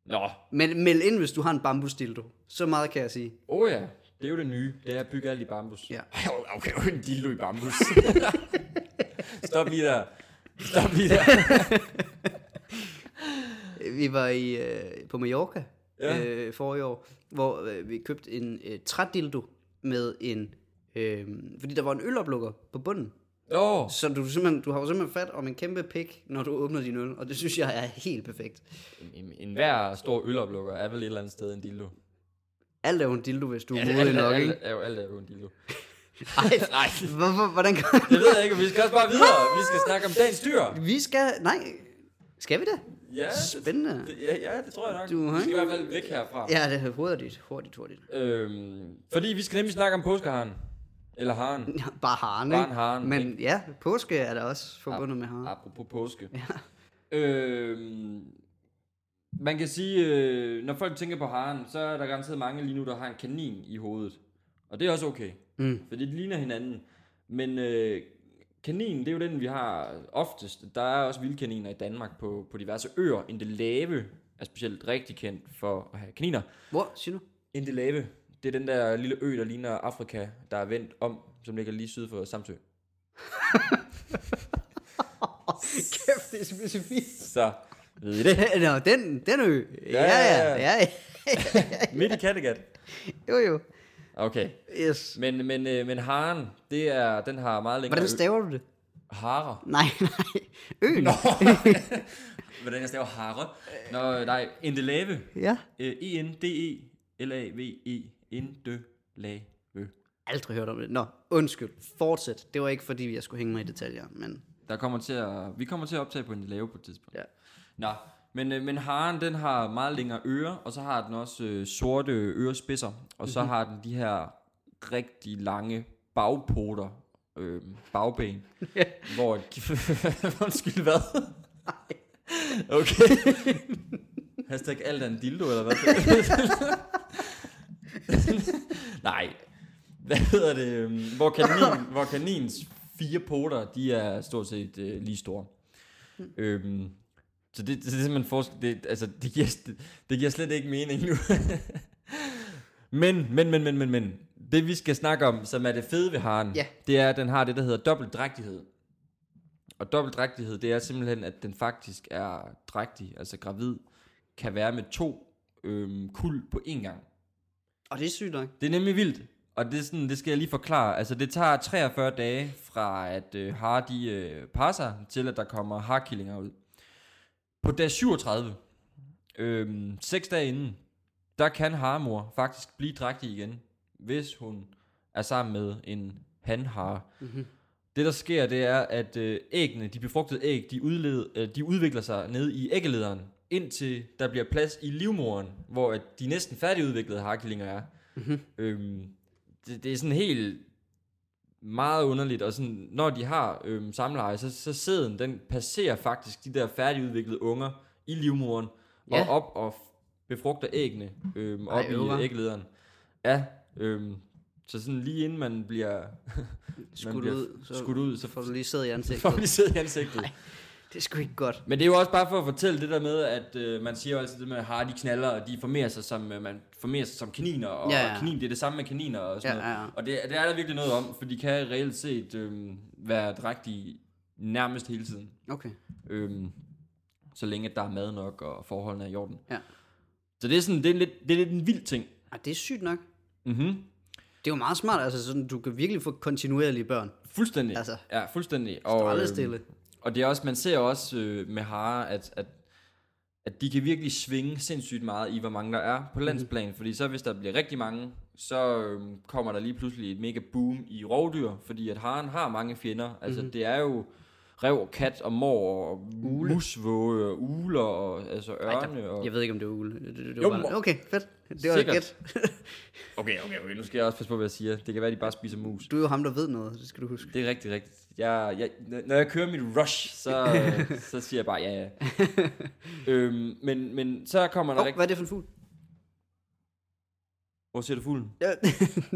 Speaker 1: Nå,
Speaker 2: Men meld ind, hvis du har en bambusdildo. Så meget kan jeg sige.
Speaker 1: åh oh ja, det er jo det nye, det er at bygge alt i bambus. *laughs*
Speaker 2: Ja.
Speaker 1: Ej, Okay, jo en dildo i bambus. *laughs* Stop lige der. Stop lige der.
Speaker 2: Vi var i, øh, på Mallorca
Speaker 1: Ja.
Speaker 2: øh, forrige år, hvor øh, vi købte en øh, trædildo med en... Øh, fordi der var en øloplukker på bunden.
Speaker 1: Nå,
Speaker 2: Så du, simpelthen, du har jo simpelthen fat om en kæmpe pik, når du åbner din øl. Og det synes jeg er helt perfekt.
Speaker 1: en, en hver stor øloplukker er vel et eller andet sted en dildo.
Speaker 2: Alt er jo en dildo, hvis du er modig nok,
Speaker 1: alt,
Speaker 2: ikke?
Speaker 1: alt, er jo- alt er jo en dildo.
Speaker 2: Ej, nej. Hvorfor, hvordan kan
Speaker 1: Det ved jeg ikke, vi skal også bare videre. Vi skal snakke om dagens dyr.
Speaker 2: Vi skal... Nej. Skal vi det?
Speaker 1: Ja,
Speaker 2: Spændende.
Speaker 1: det, ja, ja, det tror jeg nok.
Speaker 2: Du,
Speaker 1: vi skal
Speaker 2: hej.
Speaker 1: i hvert fald væk herfra.
Speaker 2: Ja, det er hurtigt, hurtigt, hurtigt.
Speaker 1: Øhm, fordi vi skal nemlig snakke om påskeharen. Eller haren.
Speaker 2: Ja, Bare haren,
Speaker 1: Bare
Speaker 2: ikke?
Speaker 1: en haren,
Speaker 2: Men ja, påske er da også forbundet med haren.
Speaker 1: Apropos påske. Ja. *laughs* Øhm, man kan sige, øh, når folk tænker på haren, så er der garanteret mange lige nu, der har en kanin i hovedet. Og det er også okay,
Speaker 2: Mm.
Speaker 1: for det ligner hinanden. Men øh, kaninen, det er jo den, vi har oftest. Der er også vilde kaniner i Danmark på, på diverse øer. Endelave er specielt rigtig kendt for at have kaniner.
Speaker 2: Hvor, siger du?
Speaker 1: Endelave, det er den der lille ø, der ligner Afrika, der er vendt om, som ligger lige syd for Samsø.
Speaker 2: *laughs* Kæft, det er specifikt.
Speaker 1: Så ved I det.
Speaker 2: *laughs* Nå, den, den ø. Ja, ja,
Speaker 1: ja,
Speaker 2: ja. ja.
Speaker 1: Midt i Kattegat.
Speaker 2: Jo, jo.
Speaker 1: Okay.
Speaker 2: Yes.
Speaker 1: Men, men, øh, men haren, det er, den har meget længere...
Speaker 2: Hvordan staver du det?
Speaker 1: Hare.
Speaker 2: Nej, *laughs* nej. Øen. Nå.
Speaker 1: *laughs* Hvordan jeg staver hare? Nå, øh, nej. Endelave.
Speaker 2: Ja.
Speaker 1: Øh, E-N-D-E-L-A-V-E. Endelave.
Speaker 2: Aldrig hørt om det. Nå, undskyld. Fortsæt. Det var ikke, fordi jeg skulle hænge mig i detaljer, men...
Speaker 1: Der kommer til at, vi kommer til at optage på Endelave på et tidspunkt.
Speaker 2: Ja.
Speaker 1: Nå, men, øh, men haren, den har meget længere ører, og så har den også øh, sorte ørespidser, og så har den de her rigtig lange bagpoter, øh, bagben, hvor... *laughs* Undskyld, hvad? Okay. Hashtag alt er en dildo, eller hvad? Nej. Hvad hedder det? øhm, Hvor, kanin, hvor kanins fire poter, de er stort set øh, lige store. Øhm, så det, det er simpelthen forskel. Det, altså, det giver, det, det giver slet ikke mening nu. *laughs* men, men, men, men, men, men. Det vi skal snakke om, som er det fede ved haren,
Speaker 2: Ja.
Speaker 1: det er, at den har det, der hedder dobbeltdrægtighed. Og dobbeltdrægtighed, det er simpelthen, at den faktisk er drægtig, altså gravid, kan være med to øhm, kul på én gang.
Speaker 2: Og det er sygt nok.
Speaker 1: Det er nemlig vildt, og det, er sådan, det skal jeg lige forklare. Altså, det tager 43 dage fra, at øh, har de øh, passer, til at der kommer harkillinger ud. På dag 37, øhm, 6 dage inden, der kan harmor faktisk blive drægtig igen, hvis hun er sammen med en hanhare.
Speaker 2: Mhm.
Speaker 1: Det der sker, det er, at øh, æggene, de befrugtede æg, de, udled, øh, de udvikler sig nede i æggelederen, indtil der bliver plads i livmoren, hvor at de næsten færdigudviklede harkillinger er.
Speaker 2: Mhm.
Speaker 1: Mm-hmm. Øhm, det, det er sådan helt meget underligt, og sådan, når de har øhm, samleje, så, så sæden, den passerer faktisk de der færdigudviklede unger i livmoren, og
Speaker 2: Ja.
Speaker 1: op og f- befrugter æggene øhm, op
Speaker 2: Ej, øver.
Speaker 1: i æglederen. Ja, øhm, så sådan lige inden man bliver
Speaker 2: Skudt
Speaker 1: bliver
Speaker 2: ud, så
Speaker 1: skudt ud, *laughs* så
Speaker 2: får du lige siddet i ansigtet.
Speaker 1: får lige sæd i ansigtet.
Speaker 2: Det er sgu ikke godt.
Speaker 1: Men det er jo også bare for at fortælle det der med, at øh, man siger jo altid det med, har de knaller, og de formerer sig som, øh, man formerer sig som kaniner, og
Speaker 2: Ja,
Speaker 1: ja,
Speaker 2: ja.
Speaker 1: ja. kanin, det er det samme med kaniner og sådan
Speaker 2: Ja,
Speaker 1: noget.
Speaker 2: ja, ja.
Speaker 1: Og det, det er der virkelig noget om, for de kan reelt set øh, være drægtige nærmest hele tiden,
Speaker 2: Okay.
Speaker 1: øh, så længe at der er mad nok, og forholdene er i orden.
Speaker 2: Ja.
Speaker 1: Så det er sådan, det er lidt, det er lidt en vild ting.
Speaker 2: Ej, det er sygt nok.
Speaker 1: Mm-hmm.
Speaker 2: Det er jo meget smart, altså sådan, du kan virkelig få kontinuerlige børn.
Speaker 1: Fuldstændig.
Speaker 2: Altså.
Speaker 1: ja, fuldstændig.
Speaker 2: Og
Speaker 1: Og,
Speaker 2: aldrig
Speaker 1: øh,
Speaker 2: stille.
Speaker 1: Og det er også, man ser også øh, med harer, at, at, at de kan virkelig svinge sindssygt meget i, hvor mange der er på landsplan. Mm. Fordi så hvis der bliver rigtig mange, så øh, kommer der lige pludselig et mega boom i rovdyr, fordi at haren har mange fjender. Altså mm. det er jo rev, kat og mor og Ule. musvåge og uler og altså ørne. Ej, og...
Speaker 2: Jeg ved ikke, om det er ugle. Det, det, det
Speaker 1: Jo,
Speaker 2: var bare...
Speaker 1: må-
Speaker 2: Okay, fedt. Det var et
Speaker 1: Sikkert.
Speaker 2: gæt.
Speaker 1: Okay, okay, okay, nu skal jeg også passe på, hvad jeg siger. Det kan være, at de bare spiser mus.
Speaker 2: Du er jo ham, der ved noget, det skal du huske.
Speaker 1: Det er rigtig, rigtigt. Jeg, jeg, n- når jeg kører mit rush, *laughs* så, øh, så siger jeg bare ja, ja. øhm, men, men så kommer der
Speaker 2: Oh,
Speaker 1: rigtig...
Speaker 2: hvad er det for en fugl?
Speaker 1: Hvor ser du fuglen?
Speaker 2: Ja, *laughs*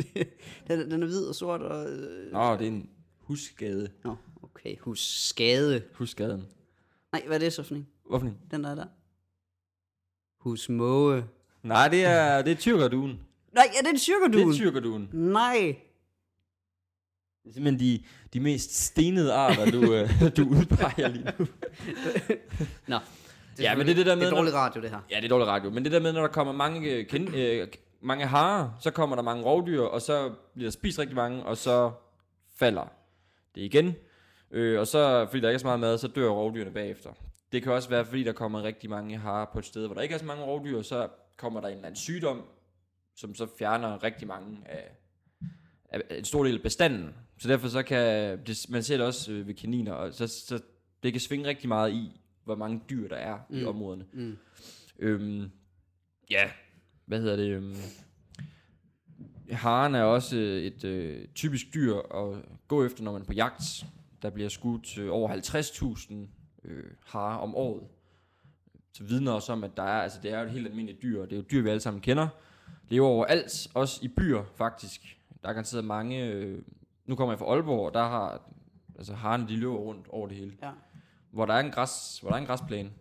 Speaker 2: den, er- den er hvid og sort og... øh,
Speaker 1: Nå, det er en husskade.
Speaker 2: Nå, okay. Husk skade.
Speaker 1: Husskaden.
Speaker 2: Nej, hvad er det så for en?
Speaker 1: Hvorfor en?
Speaker 2: Den der er der. Hus måge.
Speaker 1: Nej, det er, det er tyrkerduen.
Speaker 2: Nej, er det
Speaker 1: Det
Speaker 2: en
Speaker 1: er
Speaker 2: cirkodun?
Speaker 1: tyrkerduen.
Speaker 2: Nej.
Speaker 1: Det er simpelthen de, de mest stenede arter, du, øh, du udpeger lige nu.
Speaker 2: Nå.
Speaker 1: Ja, men det er det der med,
Speaker 2: Det er
Speaker 1: når-
Speaker 2: dårlig radio, det her.
Speaker 1: Ja, det er dårlig radio. Men det der med, når der kommer mange, øh, ken, øh, mange harer, så kommer der mange rovdyr, og så bliver der spist rigtig mange, og så falder det igen. Øh, og så, fordi der ikke er så meget mad, så dør rovdyrene bagefter. Det kan også være, fordi der kommer rigtig mange harer på et sted, hvor der ikke er så mange rovdyr, så kommer der en eller anden sygdom, som så fjerner rigtig mange af, af af en stor del af bestanden. Så derfor så kan, det, man ser det også øh, ved kaniner, og så, så det kan svinge rigtig meget i, hvor mange dyr der er mm. i områderne.
Speaker 2: Mm.
Speaker 1: Øhm, ja, hvad hedder det? Øhm, haren er også øh, et øh, typisk dyr at gå efter, når man er på jagt. Der bliver skudt øh, over 50.000 øh, harer om året. Så vidner også om, at der er, altså, det er jo et helt almindeligt dyr, og det er jo et dyr, vi alle sammen kender. Lever overalt, også i byer faktisk. Der er garanteret mange... Øh, nu kommer jeg fra Aalborg, og der har... Altså, haren, de løber rundt over det hele
Speaker 2: Ja.
Speaker 1: hvor der er en, græs, hvor der er en græsplæne,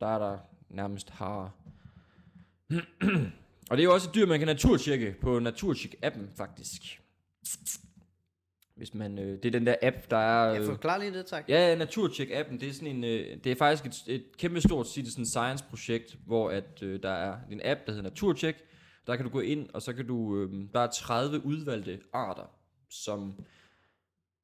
Speaker 1: der er der nærmest harer. *clears throat* og det er jo også et dyr, man kan naturtjekke på Naturtjek-appen, faktisk. Hvis man, øh, det er den der app, der er...
Speaker 2: Jeg
Speaker 1: Øh,
Speaker 2: forklarer lige det, tak.
Speaker 1: ja, ja, Naturtjek-appen, det er sådan en... Øh, det er faktisk et, et kæmpe stort citizen science-projekt, hvor at, øh, der er en app, der hedder Naturtjek. Der kan du gå ind, og så kan du... Øh, der er 30 udvalgte arter, som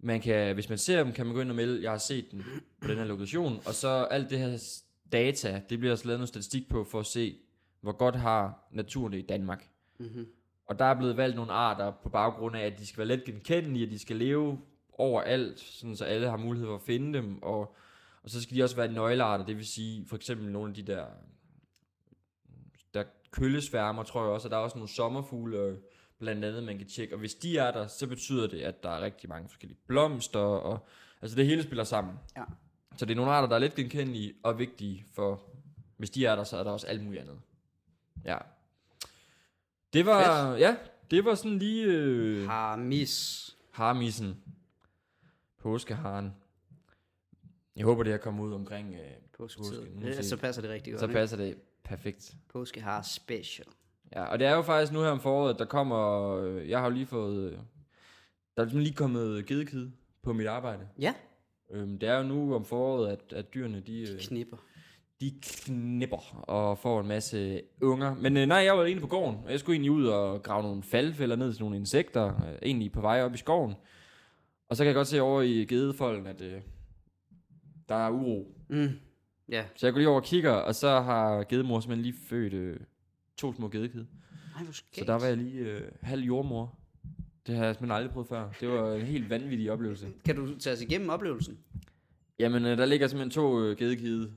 Speaker 1: man kan, hvis man ser dem, kan man gå ind og melde, jeg har set den på den her lokation, og så alt det her s- data, det bliver der så lavet noget statistik på, for at se, hvor godt har naturen det i Danmark. Mm-hmm. Og der er blevet valgt nogle arter på baggrund af, at de skal være let genkendelige, at de skal leve overalt, sådan så alle har mulighed for at finde dem, og, og så skal de også være nøglearter, det vil sige for eksempel nogle af de der, der køllesværmer, tror jeg også, og der er også nogle sommerfugle, øh, blandt andet, man kan tjekke. Og hvis de er der, så betyder det, at der er rigtig mange forskellige blomster, og altså det hele spiller sammen.
Speaker 2: Ja.
Speaker 1: Så det er nogle arter, der er lidt genkendelige og vigtige, for hvis de er der, så er der også alt muligt andet. Ja. Det var, ja, det var sådan lige øh,
Speaker 2: Harmis.
Speaker 1: harmissen. Påskeharen. Jeg håber, det her kommer ud omkring øh,
Speaker 2: Påsketid.
Speaker 1: påsken. Nu må vi
Speaker 2: Påske.
Speaker 1: se.
Speaker 2: Så passer det rigtig godt.
Speaker 1: Så
Speaker 2: Så
Speaker 1: passer det perfekt.
Speaker 2: Påske har special.
Speaker 1: Ja, og det er jo faktisk nu her om foråret, der kommer... øh, Jeg har jo lige fået... øh, Der er ligesom lige kommet gedekid på mit arbejde.
Speaker 2: Ja,
Speaker 1: Øhm, det er jo nu om foråret, at, at dyrene, de, øh,
Speaker 2: knipper.
Speaker 1: de knipper og får en masse unger. Men øh, nej, jeg var inde på gården, og jeg skulle egentlig ud og grave nogle faldfælder ned til nogle insekter, øh, egentlig på vej op i skoven. Og så kan jeg godt se over i gedefolden, at øh, der er uro.
Speaker 2: Mm. Ja.
Speaker 1: Så jeg går lige over og kigger, og så har gedemor simpelthen lige født øh, to små gedekid.
Speaker 2: Nej, hvor skægt.
Speaker 1: Så der var jeg lige øh, halv jordmor. Det har jeg simpelthen aldrig prøvet før. Det var en helt vanvittig oplevelse.
Speaker 2: Kan du tage os igennem oplevelsen?
Speaker 1: Jamen, øh, der ligger simpelthen to øh, gedekide,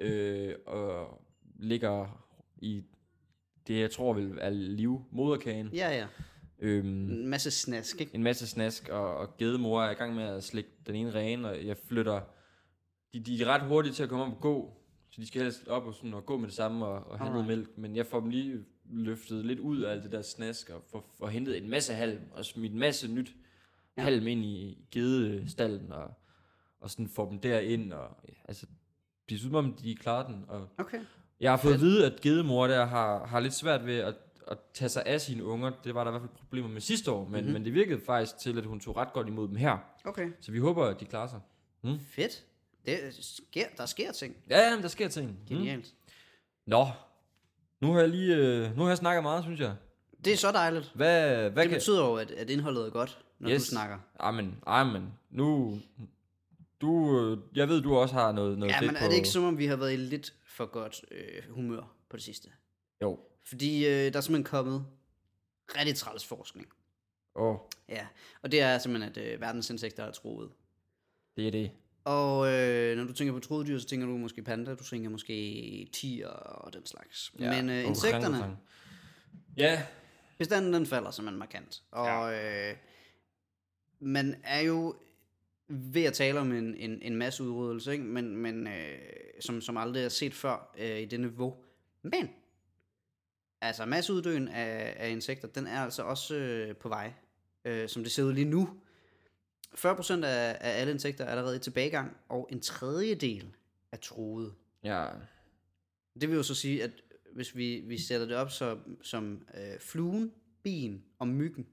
Speaker 1: øh, og ligger i det, jeg tror vil er liv, moderkagen.
Speaker 2: Ja, ja.
Speaker 1: Øhm,
Speaker 2: En masse snask, ikke?
Speaker 1: en masse snask, og, og gedemor er i gang med at slikke den ene ren, og jeg flytter... De, de er ret hurtige til at komme op og gå, så de skal helst op og, sådan, og gå med det samme og, og have noget mælk, men jeg får dem lige løftet lidt ud af alt det der snask, og får, får hentet en masse halm, og smidt en masse nyt ja. halm ind i gedestallen, og, og sådan får dem derind, og ja, altså, det er som om, de klarer den, og
Speaker 2: Okay.
Speaker 1: jeg har fået at vide, at gedemor der har, har lidt svært ved at, at tage sig af sine unger. Det var der i hvert fald problemer med sidste år, men, mm-hmm.
Speaker 2: Mhm.
Speaker 1: men det virkede faktisk til, at hun tog ret godt imod dem her.
Speaker 2: Okay.
Speaker 1: Så vi håber, at de klarer sig.
Speaker 2: Fedt. Det sker, der sker ting.
Speaker 1: Ja, ja, men der sker ting. Mm.
Speaker 2: Genialt.
Speaker 1: Nå, nu har jeg lige øh, nu har jeg snakket meget, synes jeg.
Speaker 2: Det er så dejligt.
Speaker 1: Hvad, hvad
Speaker 2: Det
Speaker 1: kan...
Speaker 2: betyder jo, at, at indholdet er godt, når yes.
Speaker 1: Yes.
Speaker 2: du snakker.
Speaker 1: Amen, amen. Nu, du, øh, jeg ved, du også har noget, noget
Speaker 2: Ja,
Speaker 1: fedt
Speaker 2: men
Speaker 1: på...
Speaker 2: er det ikke som om, vi har været i lidt for godt øh, humør på det sidste?
Speaker 1: Jo.
Speaker 2: Fordi øh, der er simpelthen kommet rigtig træls forskning.
Speaker 1: Åh, oh,
Speaker 2: Ja, og det er simpelthen, at øh, verdens insekter er troet.
Speaker 1: det er det.
Speaker 2: Og øh, når du tænker på troedyr, så tænker du måske panda, du tænker måske tiger og den slags. Ja. Men øh, insekterne,
Speaker 1: Orangutang. Ja,
Speaker 2: bestanden den falder simpelthen markant. Og ja. øh, man er jo ved at tale om en, en, en masse udryddelse, ikke? men, men øh, som, som aldrig er set før øh, i det niveau. Men, altså masseuddøen af, af insekter, den er altså også øh, på vej, øh, som det ser ud lige nu. 40% af, af alle insekter er allerede i tilbagegang, og en tredjedel er truet.
Speaker 1: ja.
Speaker 2: Det vil jo så sige, at hvis vi, vi sætter det op så, som øh, fluen, bien og myggen,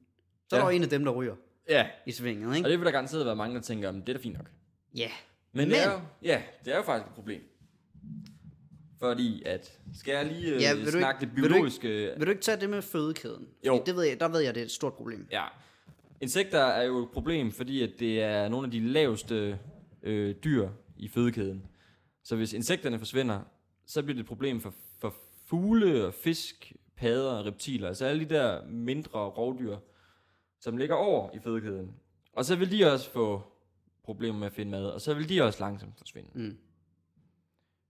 Speaker 2: så er
Speaker 1: Ja.
Speaker 2: der jo en af dem, der ryger
Speaker 1: Ja,
Speaker 2: i svinget, ikke?
Speaker 1: Og det vil der garanteret være mange, der tænker, "Men det er da fint nok.
Speaker 2: Ja.
Speaker 1: Men, det er jo, ja, det er jo faktisk et problem. Fordi at, skal jeg lige øh,
Speaker 2: Ja,
Speaker 1: ja,
Speaker 2: vil du
Speaker 1: snakke
Speaker 2: ikke-
Speaker 1: det
Speaker 2: vil du ikke-
Speaker 1: biologiske?
Speaker 2: Vil du ikke tage det med fødekæden?
Speaker 1: Jo.
Speaker 2: Fordi Det ved jeg, der ved jeg, det er et stort problem.
Speaker 1: Ja. Insekter er jo et problem, fordi at det er nogle af de laveste øh, dyr i fødekæden. Så hvis insekterne forsvinder, så bliver det et problem for, for fugle, og fisk, padder og reptiler. Altså alle de der mindre rovdyr, som ligger over i fødekæden. Og så vil de også få problemer med at finde mad, og så vil de også langsomt forsvinde.
Speaker 2: Mm.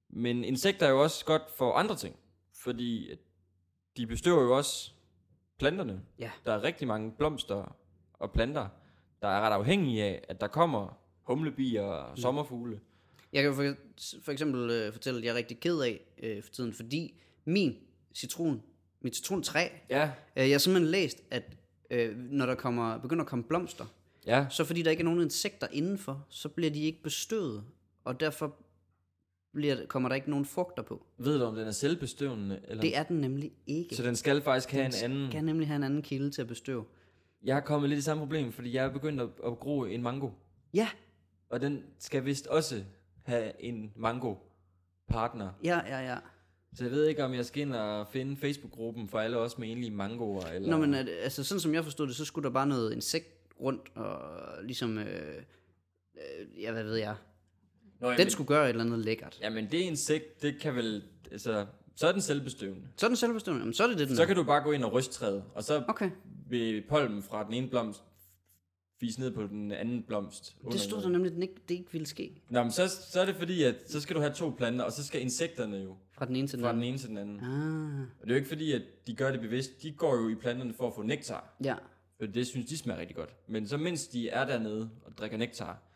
Speaker 1: Men insekter er jo også godt for andre ting, fordi at de bestøver jo også planterne.
Speaker 2: Ja.
Speaker 1: Der er rigtig mange blomster og planter, der er ret afhængige af, at der kommer humlebier og sommerfugle.
Speaker 2: Jeg kan jo for, for eksempel øh, fortælle, at jeg er rigtig ked af øh, for tiden, fordi min citron, mit citrontræ,
Speaker 1: Ja,
Speaker 2: øh, jeg har simpelthen læst, at øh, når der kommer, begynder at komme blomster,
Speaker 1: ja,
Speaker 2: så fordi der ikke er nogen insekter indenfor, så bliver de ikke bestøvet, og derfor bliver, kommer der ikke nogen frugter på.
Speaker 1: ved du om den er selvbestøvende? Eller?
Speaker 2: Det er den nemlig ikke.
Speaker 1: Så den skal faktisk have en anden...
Speaker 2: Den kan nemlig have en anden kilde til at bestøve.
Speaker 1: Jeg har kommet lidt i samme problem, fordi jeg er begyndt at, at gro en mango.
Speaker 2: Ja,
Speaker 1: Og den skal vist også have en mango-partner.
Speaker 2: ja, ja, ja.
Speaker 1: Så jeg ved ikke, om jeg skal ind og finde Facebook-gruppen for alle os med enlige mangoer. Eller...
Speaker 2: Nå, men at- altså, sådan som jeg forstod det, så skulle der bare noget insekt rundt, og ligesom, øh, øh, ja, hvad ved jeg.
Speaker 1: Nå, jamen,
Speaker 2: Den skulle gøre et eller andet lækkert.
Speaker 1: Jamen det insekt, det kan vel, altså, så er den selvbestøvende.
Speaker 2: Så er den selvbestøvende. Jamen, så er det det, den
Speaker 1: Så
Speaker 2: er.
Speaker 1: kan du bare gå ind og ryste træet, og så
Speaker 2: Okay,
Speaker 1: vil pollen fra den ene blomst fise ned på den anden blomst. under
Speaker 2: det stod der
Speaker 1: noget.
Speaker 2: nemlig, at den ikke, det ikke ville ske
Speaker 1: Nå, men så, så er det fordi, at så skal du have to planter, og så skal insekterne jo
Speaker 2: fra den ene til den
Speaker 1: fra
Speaker 2: anden.
Speaker 1: den ene til den anden.
Speaker 2: Ah,
Speaker 1: Og det er jo ikke fordi, at de gør det bevidst. De går jo i planterne for at få nektar,
Speaker 2: ja.
Speaker 1: for det synes de smager rigtig godt. Men så mens de er dernede og drikker nektar,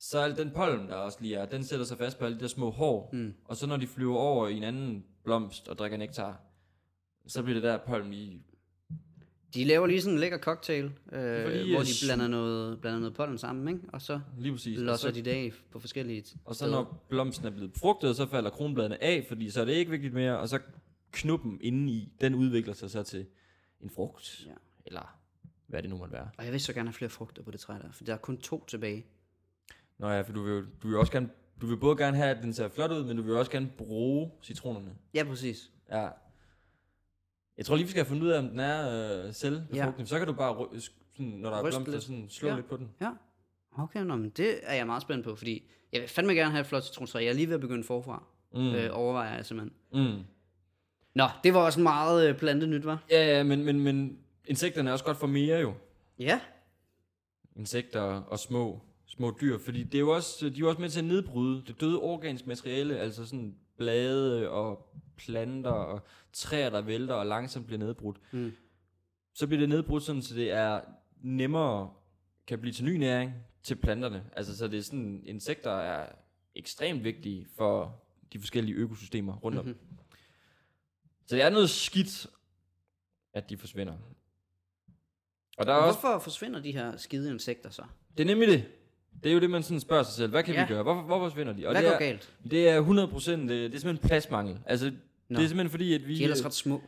Speaker 1: så al den pollen, der også lige er, den sætter sig fast på alle de der små hår.
Speaker 2: Mm.
Speaker 1: Og så når de flyver over i en anden blomst og drikker nektar, så bliver det der pollen i...
Speaker 2: De laver lige sådan en lækker cocktail, øh,
Speaker 1: Fordi,
Speaker 2: hvor
Speaker 1: øh,
Speaker 2: de blander noget, blander noget pollen sammen, ikke? og så
Speaker 1: Lige præcis. Og
Speaker 2: losser
Speaker 1: så,
Speaker 2: de det af på forskellige
Speaker 1: og så når blomsten er blevet befrugtet, så falder kronbladene af, fordi så er det ikke vigtigt mere. Og så knuppen indeni, den udvikler sig så til en frugt.
Speaker 2: Ja.
Speaker 1: Eller hvad det nu måtte være.
Speaker 2: Og jeg vil så gerne have flere frugter på det træ der, for der er kun to tilbage.
Speaker 1: Nå ja, for du vil, jo- du vil også gerne... Du vil både gerne have, at den ser flot ud, men du vil også gerne bruge citronerne.
Speaker 2: Ja, præcis.
Speaker 1: Ja. Jeg tror lige, vi skal have fundet ud af, om den er øh, selvbefrugtende. Ja. Så kan du bare, ry- sk- sådan, når der er
Speaker 2: Ryste
Speaker 1: blomster,
Speaker 2: lidt.
Speaker 1: sådan, slå
Speaker 2: Ja.
Speaker 1: ja. lidt på den.
Speaker 2: Ja. Okay, nå, men det er jeg meget spændt på, fordi jeg vil fandme gerne have et flot citrontræ. Jeg er lige ved at begynde forfra, mm. øh, overvejer jeg simpelthen.
Speaker 1: Mm.
Speaker 2: Nå, det var også meget øh, plantet nyt, var?
Speaker 1: Ja, ja, men, men, men insekterne er også godt for mere jo.
Speaker 2: Ja.
Speaker 1: Insekter og små, små dyr, fordi det er jo også, de er jo også med til at nedbryde det døde organiske materiale, altså sådan blade og planter og træer, der vælter og langsomt bliver nedbrudt.
Speaker 2: Mm.
Speaker 1: Så bliver det nedbrudt sådan, så det er nemmere kan blive til ny næring til planterne. Altså så det er sådan, insekter er ekstremt vigtige for de forskellige økosystemer rundt om. Mm-hmm. Så det er noget skidt, at de forsvinder. Og der er også
Speaker 2: Hvorfor forsvinder de her skide insekter så?
Speaker 1: det er nemlig det. Det er jo det, man sådan spørger sig selv. Hvad kan ja.
Speaker 2: Ja.
Speaker 1: vi gøre? Hvorfor, hvorfor forsvinder de? Og
Speaker 2: Hvad
Speaker 1: det,
Speaker 2: går
Speaker 1: er,
Speaker 2: galt?
Speaker 1: det er 100 procent, øh, det, det er simpelthen pladsmangel. Altså,
Speaker 2: Nå.
Speaker 1: det er simpelthen fordi, at vi...
Speaker 2: De er ellers
Speaker 1: øh,
Speaker 2: ret små,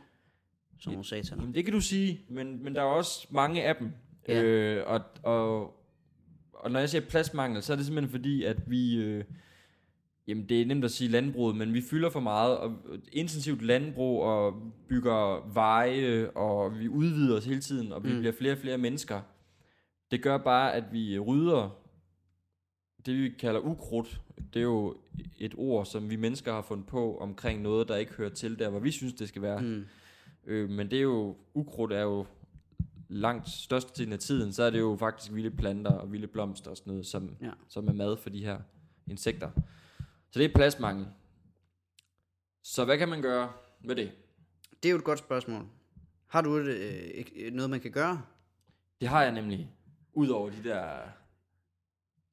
Speaker 2: som nogle sataner.
Speaker 1: Jamen, det kan du sige, men, men der er også mange af dem.
Speaker 2: Ja.
Speaker 1: Øh, og, og, og når jeg siger pladsmangel, så er det simpelthen fordi, at vi... Øh, jamen, det er nemt at sige landbruget, men vi fylder for meget. Og intensivt landbrug og bygger veje, og vi udvider os hele tiden, og vi mm. bliver flere og flere mennesker. Det gør bare, at vi rydder det, vi kalder ukrudt. Det er jo et ord, som vi mennesker har fundet på omkring noget, der ikke hører til der, hvor vi synes, det skal være.
Speaker 2: Mm.
Speaker 1: Øh, men det er jo, ukrudt er jo langt størstedelen af tiden, så er det jo faktisk vilde planter og vilde blomster og sådan noget, som,
Speaker 2: Ja.
Speaker 1: som er mad for de her insekter. Så det er pladsmangel. Så hvad kan man gøre med det?
Speaker 2: Det er jo et godt spørgsmål. Har du et, øh, ek- øh, noget, man kan gøre?
Speaker 1: Det har jeg nemlig, udover de der,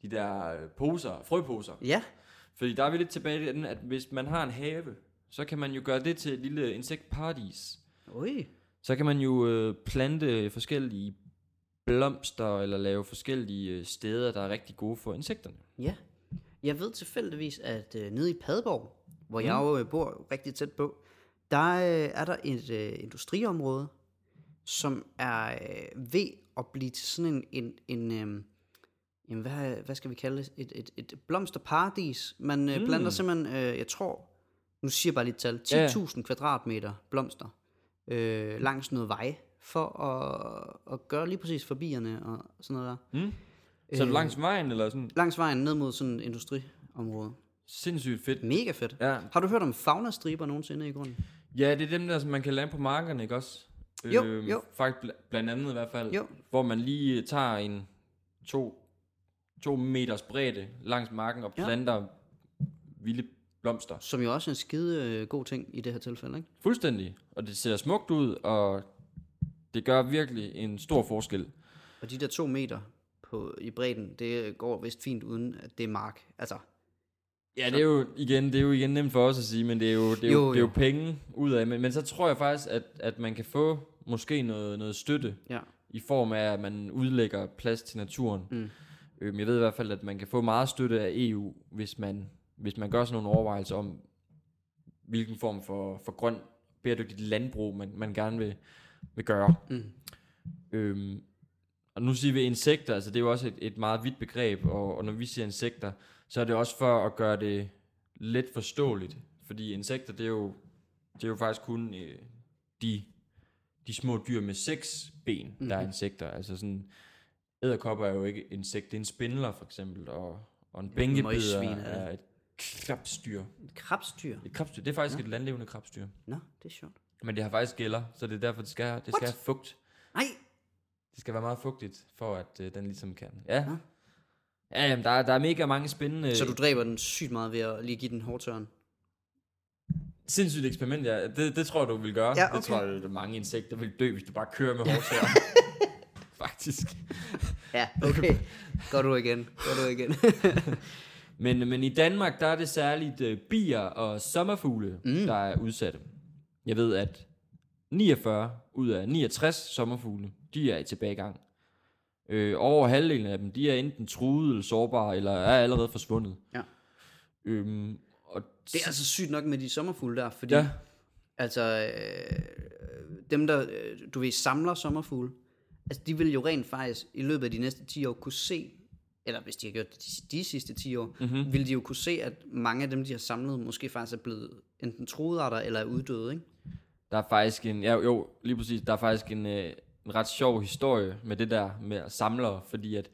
Speaker 1: de der øh, poser, frøposer.
Speaker 2: Ja.
Speaker 1: Fordi der er vi lidt tilbage i den, at hvis man har en have, så kan man jo gøre det til et lille insektparadis.
Speaker 2: Ui.
Speaker 1: Så kan man jo øh, plante forskellige blomster, eller lave forskellige øh, steder, der er rigtig gode for insekterne.
Speaker 2: Ja. Jeg ved tilfældigvis, at øh, nede i Padborg, hvor mm. jeg jo øh, bor rigtig tæt på, der øh, er der et øh, industriområde, som er øh, ved at blive til sådan en, en, en øh, jamen, hvad, hvad skal vi kalde det, et, et, et blomsterparadis. Man øh, planter simpelthen, øh, jeg tror, nu siger jeg bare lidt tal,
Speaker 1: Ja, ja.
Speaker 2: 10.000 kvadratmeter blomster øh, langs noget vej, for at, at gøre lige præcis forbierne og sådan noget der. Øh.
Speaker 1: Så er du langs vejen, eller sådan?
Speaker 2: Langs vejen ned mod sådan et industriområde.
Speaker 1: Sindssygt fedt.
Speaker 2: Mega fedt. Ja.
Speaker 1: Ja,
Speaker 2: Har du hørt om faunastriber nogensinde i grunden?
Speaker 1: ja det er dem der, som man kan lande på markerne, ikke også? Øhm,
Speaker 2: Jo, jo.
Speaker 1: Faktisk bl- blandt andet i hvert fald.
Speaker 2: Jo.
Speaker 1: Hvor man lige øh, tager en to, to meters bredde langs marken og
Speaker 2: Ja.
Speaker 1: planter vilde blomster.
Speaker 2: Som jo også er en skide øh, god ting i det her tilfælde, ikke?
Speaker 1: Fuldstændig. Og det ser smukt ud, og det gør virkelig en stor forskel.
Speaker 2: Og de der to meter på, i bredden, det går vist fint uden, at det er mark. Altså,
Speaker 1: Ja, det er jo igen, det er jo igen nemt for os at sige, men det er jo, det er jo,
Speaker 2: Jo,
Speaker 1: jo. Det er jo
Speaker 2: jo.
Speaker 1: penge ud af. Men, men så tror jeg faktisk, at, at man kan få måske noget, noget støtte
Speaker 2: ja.
Speaker 1: i form af, at man udlægger plads til naturen.
Speaker 2: Mm.
Speaker 1: Øhm, jeg ved i hvert fald, at man kan få meget støtte af EU, hvis man, hvis man gør sådan nogle overvejelser om, hvilken form for, for grøn, bæredygtigt landbrug, man, man gerne vil, vil gøre.
Speaker 2: Mm.
Speaker 1: Øhm, og nu siger vi insekter, altså det er jo også et, et meget vidt begreb, og, og når vi siger insekter, så er det også for at gøre det let forståeligt, fordi insekter, det er jo, det er jo faktisk kun øh, de, de små dyr med seks ben, mm-hmm. der er insekter. Altså sådan, æderkopper er jo ikke insekt, det er en spindler for eksempel, og, og en bænkebider
Speaker 2: møgsvin er det.
Speaker 1: er et krabstyr.
Speaker 2: Et krabstyr?
Speaker 1: Et krabstyr, det er faktisk ja. et landlevende krabstyr.
Speaker 2: Nå, det er sjovt.
Speaker 1: Men det har faktisk gælder, så det er derfor, det skal, det skal
Speaker 2: What?
Speaker 1: have fugt.
Speaker 2: Nej!
Speaker 1: Det skal være meget fugtigt, for at øh, den ligesom kan. Ja.
Speaker 2: Nå.
Speaker 1: Ja, jamen, der, er, der er mega mange spændende,
Speaker 2: Øh, Så
Speaker 1: så
Speaker 2: du dræber den sygt meget ved at lige give den hårdtøren.
Speaker 1: sindssygt eksperiment, ja. Det, det tror jeg, du vil gøre.
Speaker 2: Ja,
Speaker 1: Det
Speaker 2: okay.
Speaker 1: tror jeg, at mange insekter vil dø, hvis du bare kører med
Speaker 2: *laughs*
Speaker 1: hårdtøjer. Faktisk.
Speaker 2: Ja, okay. Går du igen. Går du
Speaker 1: *laughs*
Speaker 2: igen.
Speaker 1: Men, men i Danmark, der er det særligt øh, bier og sommerfugle, mm. der er udsatte. Jeg ved, at 49 ud af 69 sommerfugle, de er i tilbagegang. Øh, over halvdelen af dem, de er enten truet eller sårbare, eller er allerede forsvundet.
Speaker 2: Ja.
Speaker 1: Øhm, og
Speaker 2: det er altså sygt nok med de sommerfugle der, fordi
Speaker 1: Ja,
Speaker 2: Altså, øh, dem der, øh, du ved, samler sommerfugle, altså de vil jo rent faktisk i løbet af de næste 10 år kunne se, eller hvis de har gjort det de, de sidste 10 år,
Speaker 1: Mhm.
Speaker 2: mm-hmm. vil de jo kunne se, at mange af dem, de har samlet, måske faktisk er blevet enten truet arter eller er uddøde, ikke?
Speaker 1: der er faktisk en, ja, jo, lige præcis, der er faktisk en, øh, en ret sjov historie med det der med samlere, fordi at,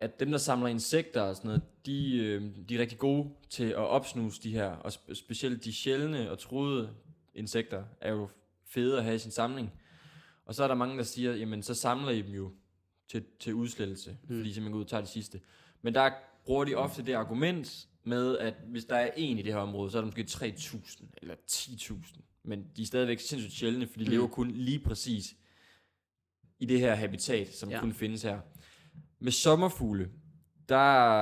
Speaker 1: at dem, der samler insekter og sådan noget, de, øh, de er rigtig gode til at opsnuse de her, og spe- specielt de sjældne og truede insekter er jo fede at have i sin samling. Og så er der mange, der siger, jamen så samler I dem jo til, til udslettelse, mm. fordi I simpelthen går ud og tager de sidste. Men der bruger de ofte det argument, med, at hvis der er en i det her område, så er der måske 3.000 eller 10.000. Men de er stadigvæk sindssygt sjældne, for de mm. lever kun lige præcis i det her habitat, som
Speaker 2: Ja.
Speaker 1: ja. kun findes her. Med sommerfugle, der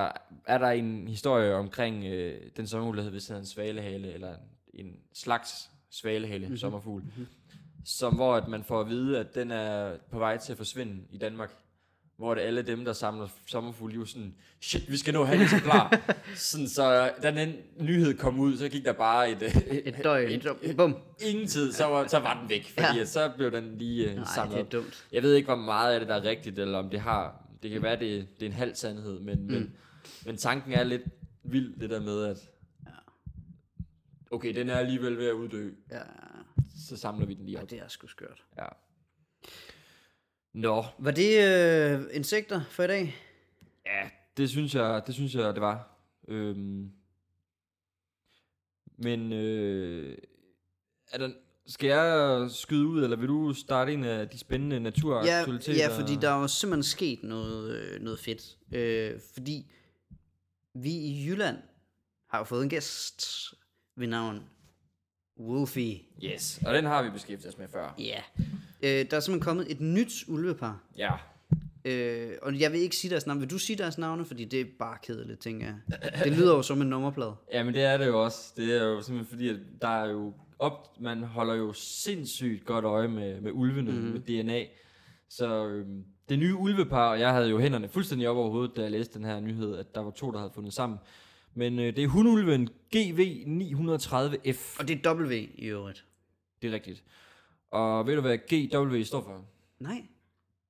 Speaker 1: er der en historie omkring øh, den sommerfugl, der hedder, hvis det hedder en svalehale, eller en slags svalehale
Speaker 2: Mhm.
Speaker 1: mm-hmm. sommerfugl, mm-hmm. som hvor at man får at vide, at den er på vej til at forsvinde i Danmark. Hvor det er alle dem, der samler sommerfugle, de var sådan, shit, vi skal nå at have et
Speaker 2: *laughs*
Speaker 1: eksemplar. sådan, så da den nyhed kom ud, så gik der bare et, øh,
Speaker 2: *laughs* Et døgn. Et, et, bum.
Speaker 1: ingen tid, så var, så var den væk, fordi
Speaker 2: Ja.
Speaker 1: ja. så blev den lige øh,
Speaker 2: Nej,
Speaker 1: samlet
Speaker 2: det
Speaker 1: op.
Speaker 2: er dumt.
Speaker 1: Jeg ved ikke, hvor meget af det, der er rigtigt, eller om det har... Det kan være, det, det er en halv sandhed, men, mm. men, men tanken er lidt vild, det der med, at... Okay, den er alligevel ved at uddø,
Speaker 2: Ja,
Speaker 1: så samler vi den lige
Speaker 2: og
Speaker 1: op.
Speaker 2: det er sgu skørt.
Speaker 1: Ja. Nå,
Speaker 2: Var det øh, insekter for i dag?
Speaker 1: ja, det synes jeg, det, synes jeg, det var. Øhm, men øh, er der, skal jeg skyde ud, eller vil du starte en af de spændende
Speaker 2: Ja,
Speaker 1: naturaktualiteter?
Speaker 2: ja, fordi der er jo simpelthen sket noget, øh, noget fedt. Øh, fordi vi i Jylland har jo fået en gæst ved navn Wolfie.
Speaker 1: Yes, og den har vi beskæftiget os med før.
Speaker 2: Ja. Øh, der er simpelthen kommet et nyt ulvepar.
Speaker 1: Ja.
Speaker 2: Øh, og jeg vil ikke sige deres navne. Vil du sige deres navne? Fordi det er bare kedeligt, tænker jeg. Det lyder jo som en nummerplade.
Speaker 1: Ja, men det er det jo også. Det er jo simpelthen fordi, at der er jo op, man holder jo sindssygt godt øje med, med ulvene,
Speaker 2: Mhm.
Speaker 1: mm. med DNA. Så øhm, det nye ulvepar, og jeg havde jo hænderne fuldstændig op over hovedet, da jeg læste den her nyhed, at der var to, der havde fundet sammen. Men øh, det er hundulven GV930F.
Speaker 2: Og det er W i øvrigt.
Speaker 1: Det er rigtigt. Og ved du, hvad GW står for?
Speaker 2: Nej.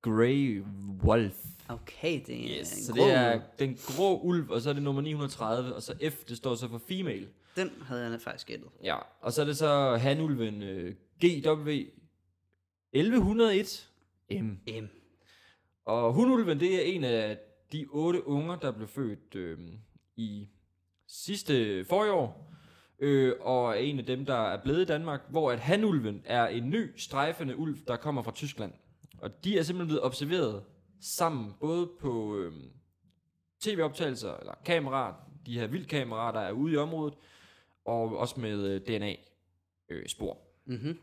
Speaker 1: Grey Wolf.
Speaker 2: Okay, det er
Speaker 1: Yes,
Speaker 2: en
Speaker 1: så
Speaker 2: grå
Speaker 1: det er
Speaker 2: ulv.
Speaker 1: den grå ulv, og så er det nummer 930, og så F, det står så for female.
Speaker 2: Den havde jeg faktisk gættet.
Speaker 1: Ja, og så er det så Hanulven øh, GW 1101 M.
Speaker 2: Em.
Speaker 1: Og Hunulven, det er en af de otte unger, der blev født øh, i sidste forrige år, øh, og er en af dem, der er blevet i Danmark, hvor at Hanulven er en ny strejfende ulv, der kommer fra Tyskland. Og de er simpelthen blevet observeret sammen, både på øh, tv-optagelser, eller kameraer, de her vildkameraer, der er ude i området, og også med øh, DNA-spor.
Speaker 2: Mhm.
Speaker 1: øh,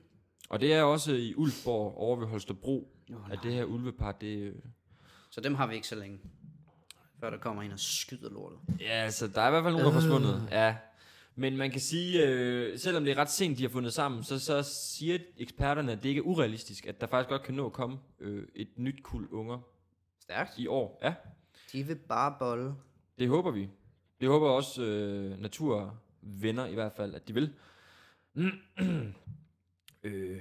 Speaker 1: Og det er også i Ulfborg over ved Holstebro,
Speaker 2: Nå,
Speaker 1: oh, at det her ulvepar, det, øh,
Speaker 2: Så dem har vi ikke så længe. Før der kommer en og skyder lortet.
Speaker 1: Ja, altså, der er i hvert fald nogen, der er forsvundet. Ja. Men man kan sige, øh, selvom det er ret sent, de har fundet sammen, så, så siger eksperterne, at det ikke er urealistisk, at der faktisk godt kan nå at komme øh, et nyt kul unger
Speaker 2: Stærkt.
Speaker 1: i år. Ja,
Speaker 2: De vil bare bolle.
Speaker 1: det håber vi. Det håber også øh, naturvenner i hvert fald, at de vil. *clears throat* øh,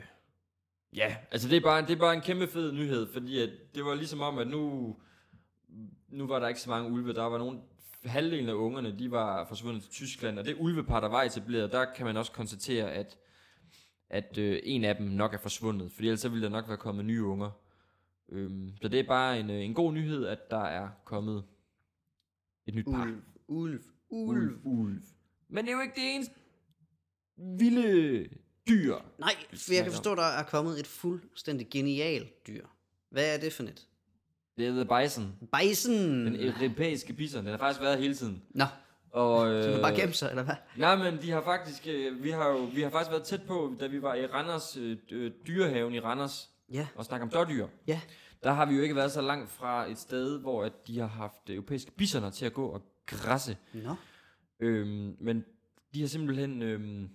Speaker 1: ja, altså det er, bare, det er bare en kæmpe fed nyhed, fordi at det var ligesom om, at nu, nu var der ikke så mange ulve. Der var nogen, halvdelen af ungerne, de var forsvundet til Tyskland, og det ulvepar, der var etableret, der kan man også konstatere, at, at øh, en af dem nok er forsvundet, fordi ellers så ville der nok være kommet nye unger. Øhm, så det er bare en, øh, en god nyhed, at der er kommet et nyt par.
Speaker 2: Ulv. Ulv. Ulv.
Speaker 1: Ulv. ulv. Men det er jo ikke det eneste vilde dyr.
Speaker 2: Nej, for jeg kan forstå, der er kommet et fuldstændig genialt dyr. Hvad er det for et?
Speaker 1: Det hedder bison.
Speaker 2: Bison!
Speaker 1: Den europæiske bison. Den har faktisk været hele tiden.
Speaker 2: Nå,
Speaker 1: Og,
Speaker 2: så man bare
Speaker 1: øh,
Speaker 2: gemme sig, eller hvad?
Speaker 1: nej, men de har faktisk, øh, vi har jo, vi har faktisk været tæt på, da vi var i Randers, øh, øh, dyrehaven i Randers,
Speaker 2: Ja,
Speaker 1: og snakke om dårdyr.
Speaker 2: ja.
Speaker 1: Der har vi jo ikke været så langt fra et sted, hvor at de har haft europæiske bisoner til at gå og græsse.
Speaker 2: Nå,
Speaker 1: Øhm, men de har simpelthen... Øhm,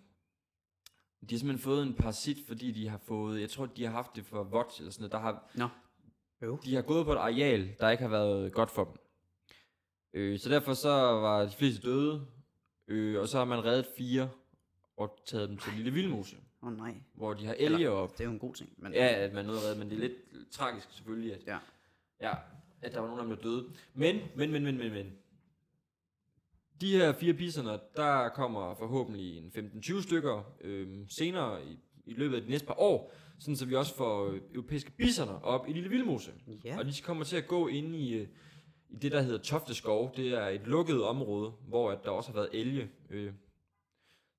Speaker 1: de har simpelthen fået en parasit, fordi de har fået... Jeg tror, de har haft det for vådt eller sådan noget. Der har,
Speaker 2: nå. Øv.
Speaker 1: de har gået på et areal, der ikke har været godt for dem. Øh, så derfor så var de fleste døde. Øh, og så har man reddet fire og taget dem til Lille Vildmose,
Speaker 2: Åh oh, nej,
Speaker 1: hvor de har elge op.
Speaker 2: det er jo en god ting. Men...
Speaker 1: Ja, at man nåede at redde, men det er lidt tragisk selvfølgelig, at,
Speaker 2: ja.
Speaker 1: Ja, at der var nogen, der blev døde. Men, men, men, men, men, men. De her fire bisoner, der kommer forhåbentlig en 15-20 stykker øhm, senere i, i løbet af de næste par år, sådan så vi også får øh, europæiske bisoner op i Lille Vildmose.
Speaker 2: Ja.
Speaker 1: Og de kommer til at gå ind i, øh, i det, der hedder Tofteskov. Det er et lukket område, hvor at der også har været elge. Øh.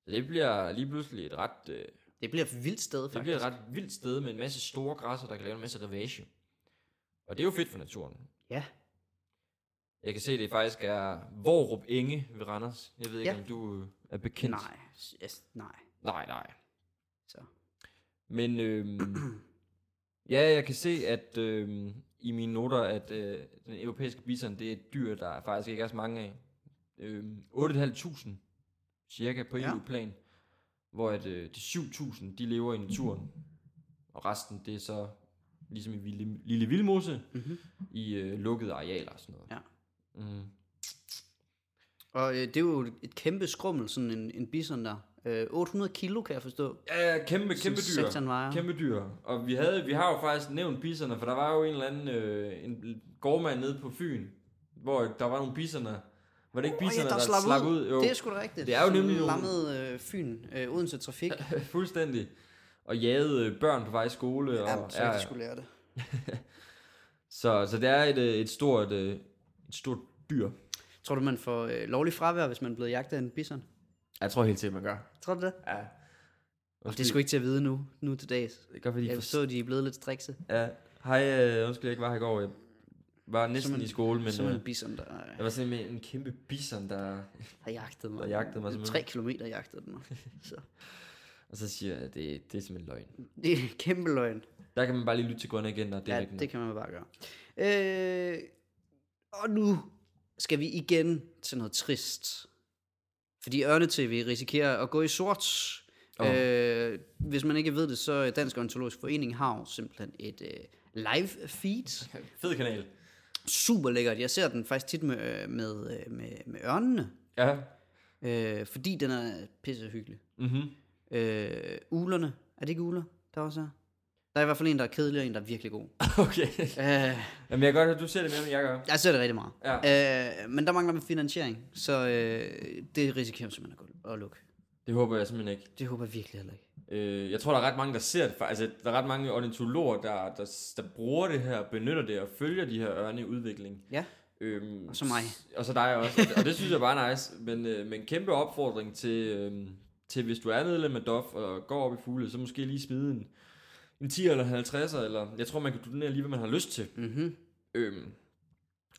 Speaker 1: Så det bliver lige pludselig et ret, øh,
Speaker 2: Det bliver et vildt sted,
Speaker 1: det
Speaker 2: faktisk.
Speaker 1: bliver et ret vildt sted med en masse store græsser, der kan lave en masse revage. Og det er jo fedt for naturen.
Speaker 2: Ja.
Speaker 1: Jeg kan se, det faktisk er Vorup Inge ved Randers. Jeg ved ikke,
Speaker 2: Ja.
Speaker 1: ja. om du øh, er bekendt.
Speaker 2: Nej, yes, nej.
Speaker 1: Nej, nej.
Speaker 2: Så.
Speaker 1: Men øhm, *clears throat* ja, jeg kan se, at øhm, i mine noter, at øh, den europæiske bison, det er et dyr, der er faktisk ikke er så mange af. Øhm, 8.500 cirka på
Speaker 2: Ja.
Speaker 1: EU-plan, hvor at, øh, de 7.000, de lever i naturen. Og resten, det er så ligesom i Lille, Lille Vildmose,
Speaker 2: Mhm.
Speaker 1: i øh, lukkede arealer og sådan noget.
Speaker 2: Ja.
Speaker 1: Mm.
Speaker 2: Og øh, det er jo et kæmpe skrummel, sådan en, en bison der. Øh, 800 kilo, kan jeg forstå.
Speaker 1: Ja, ja, kæmpe, kæmpe dyr.
Speaker 2: Satan vejer.
Speaker 1: Kæmpe dyr. Og vi, havde, vi har jo faktisk nævnt bisserne, for der var jo en eller anden øh, en gårdmand nede på Fyn, hvor der var nogle bisserne. Var det ikke
Speaker 2: Åh,
Speaker 1: bisserne, der, der slap ud? Jo,
Speaker 2: Det er sgu da rigtigt.
Speaker 1: Det er jo
Speaker 2: Sådan
Speaker 1: nemlig nogle-
Speaker 2: Lammet øh, Fyn, øh, Odense Trafik.
Speaker 1: *laughs*
Speaker 2: Ja,
Speaker 1: fuldstændig. Og jagede øh, børn på vej i skole. Og,
Speaker 2: Jamen, så kan de skulle lære det.
Speaker 1: så, så det er et, øh, et, stort, øh, et stort dyr.
Speaker 2: Tror du, man får øh, lovlig fravær, hvis man er blevet jagtet af en bison?
Speaker 1: Jeg tror helt sikkert, man gør.
Speaker 2: Tror du det?
Speaker 1: Ja.
Speaker 2: Og det er sgu ikke til at vide nu, nu til dags.
Speaker 1: Det gør, fordi
Speaker 2: Jeg forstår, at de er blevet lidt strikse.
Speaker 1: ja. Hej, øh, undskyld, jeg ikke var her i går. Jeg var næsten
Speaker 2: Som en-
Speaker 1: i skole,
Speaker 2: Men,
Speaker 1: men
Speaker 2: så er
Speaker 1: øh,
Speaker 2: man en bison, der øh,
Speaker 1: jeg var sådan med en kæmpe bison, der...
Speaker 2: har jagtet mig.
Speaker 1: der jagtede mig simpelthen.
Speaker 2: Tre kilometer jagtede den mig. Så.
Speaker 1: Og så siger jeg, at det, det er simpelthen løgn.
Speaker 2: Det er en kæmpe løgn.
Speaker 1: Der kan man bare lige lytte til Grønne Agenda, det er
Speaker 2: ja,
Speaker 1: rigtigt.
Speaker 2: det kan man bare gøre. Øh, og nu skal vi igen til noget trist. Fordi ørnetv risikerer at gå i sort. Oh.
Speaker 1: Åh.
Speaker 2: Øh, hvis man ikke ved det, så Dansk Ontologisk Forening har jo simpelthen et øh, live feed.
Speaker 1: Fed kanal.
Speaker 2: Super lækkert. Jeg ser den faktisk tit med, øh, med, øh, med, med ørnene.
Speaker 1: Ja.
Speaker 2: Øh, fordi den er pissehyggelig.
Speaker 1: Mm-hmm. *laughs*
Speaker 2: Øh, ulerne. Er det ikke uler, der også er? Der er i hvert fald en, der er kedelig, og en, der er virkelig god.
Speaker 1: Okay.
Speaker 2: øh,
Speaker 1: Jamen, jeg kan godt høre, du ser det mere, end jeg gør.
Speaker 2: Jeg ser det rigtig meget.
Speaker 1: Ja.
Speaker 2: Øh, men der mangler man finansiering, så øh, det risikerer man simpelthen at, gå, at lukke.
Speaker 1: Det håber jeg simpelthen ikke.
Speaker 2: Det håber jeg virkelig heller ikke.
Speaker 1: Øh, jeg tror, der er ret mange, der ser det. fa- Altså, der er ret mange ornitologer, der, der, der bruger det her, benytter det og følger de her ørne i udvikling.
Speaker 2: Ja.
Speaker 1: Øhm,
Speaker 2: Og så mig.
Speaker 1: s- Og så dig også. og det synes jeg bare er nice. Men, øh, men kæmpe opfordring til, øh, til, hvis du er medlem af DOF og går op i fugle, så måske lige smide en, en 10 eller 50 eller jeg tror, man kan donere lige, hvad man har lyst til.
Speaker 2: Mm-hmm.
Speaker 1: Øhm,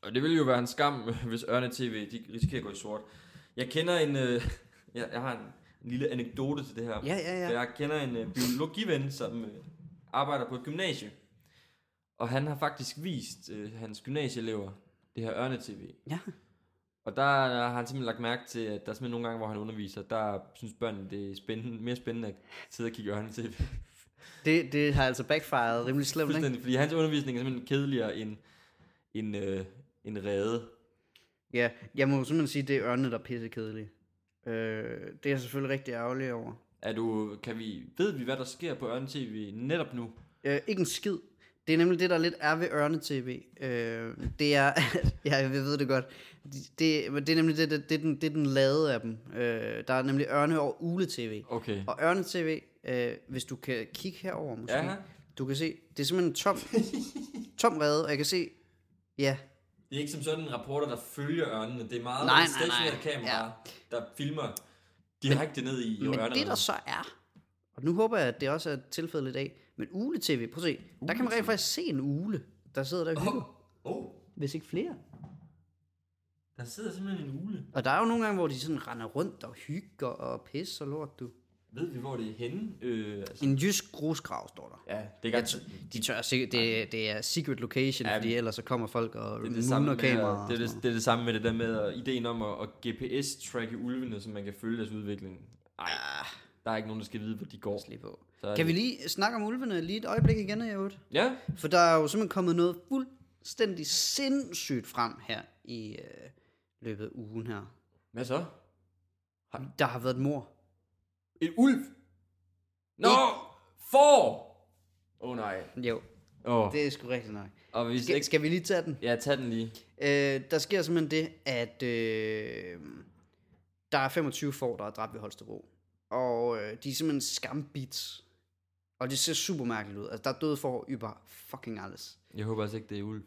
Speaker 1: og det ville jo være en skam, *laughs* hvis Ørne TV de risikerer at gå i sort. Jeg kender en... Øh, *laughs* jeg, jeg har en, en lille anekdote til det her.
Speaker 2: Ja, ja,
Speaker 1: For
Speaker 2: ja.
Speaker 1: Jeg kender en øh, biologiven, som øh, arbejder på et gymnasie. Og han har faktisk vist øh, hans gymnasieelever det her Ørne TV.
Speaker 2: Ja.
Speaker 1: Og der har han simpelthen lagt mærke til, at der er simpelthen nogle gange, hvor han underviser, der synes børnene, det er spændende, mere spændende at sidde og kigge Ørne TV.
Speaker 2: Det, det har altså backfired rimelig slemt, ikke?
Speaker 1: Fuldstændig, fordi hans undervisning er simpelthen kedeligere end, end, øh, end rede.
Speaker 2: Ja, jeg må jo simpelthen sige, at det er ørnene, der er pisse kedelige. Øh, det er jeg selvfølgelig rigtig ærgerlig over.
Speaker 1: Er du, kan vi, ved vi, hvad der sker på Ørne TV netop nu?
Speaker 2: Øh, ikke en skid. Det er nemlig det, der lidt er ved ørnetv. Øh, det er, *laughs* ja, jeg ved det godt. Det, men det er nemlig det, det, det, er den, det er den lavede af dem. Øh, der er nemlig ørne- og ule-tv.
Speaker 1: Okay.
Speaker 2: Og ørnetv, øh, hvis du kan kigge herover måske.
Speaker 1: Ja,
Speaker 2: Du kan se, det er simpelthen
Speaker 1: *laughs*
Speaker 2: tom, tom rede, og jeg kan se, ja,
Speaker 1: det er ikke som sådan en rapporter, der følger ørnene. Det er meget
Speaker 2: Nej, nej,
Speaker 1: nej, stationære
Speaker 2: nej.
Speaker 1: kameraer, der filmer direkte ned i
Speaker 2: men
Speaker 1: ørnerne.
Speaker 2: det der så er, og nu håber jeg, at det også er tilfældet i dag, men ule-tv, prøv at se, der kan man rent faktisk se en ule, der sidder der og hygger,
Speaker 1: Oh,
Speaker 2: hvis ikke flere.
Speaker 1: der sidder simpelthen en ule.
Speaker 2: Og der er jo nogle gange, hvor de sådan render rundt og hygger og pisser og lort, du.
Speaker 1: Ved vi, hvor det er henne? Øh, altså,
Speaker 2: En jysk grusgrav står der.
Speaker 1: ja, det er ganske...
Speaker 2: De tør sikkert, det, det er secret location, ja, fordi ellers så kommer folk og
Speaker 1: Det er det, samme
Speaker 2: muner
Speaker 1: med,
Speaker 2: kameraer.
Speaker 1: at- det, er det, det er det samme med det der med at, ideen om at, at GPS-tracke ulvene, så man kan følge deres udvikling. Nej,
Speaker 2: Ah.
Speaker 1: der er ikke nogen, der skal vide, hvor de går.
Speaker 2: det, på.
Speaker 1: Så er
Speaker 2: Kan vi
Speaker 1: det-
Speaker 2: lige snakke om ulvene lige et øjeblik igen, Jørgen?
Speaker 1: Ja,
Speaker 2: For der er jo simpelthen kommet noget fuldstændig sindssygt frem her i øh, løbet af ugen her.
Speaker 1: hvad så?
Speaker 2: Der har været et mor.
Speaker 1: En ulv? Nå! Får! Åh oh, nej.
Speaker 2: Jo,
Speaker 1: Oh. Det,
Speaker 2: det er sgu rigtigt nok.
Speaker 1: og hvis
Speaker 2: Skal,
Speaker 1: ikke...
Speaker 2: skal vi lige tage den?
Speaker 1: Ja, tag den lige.
Speaker 2: Øh, der sker simpelthen det, at øh, der er 25 får, der er dræbt ved Holstebro. Og øh, de er simpelthen skambits. Og det ser super mærkeligt ud. Altså, der er døde får yber fucking alles.
Speaker 1: Jeg håber altså ikke, det er ulv.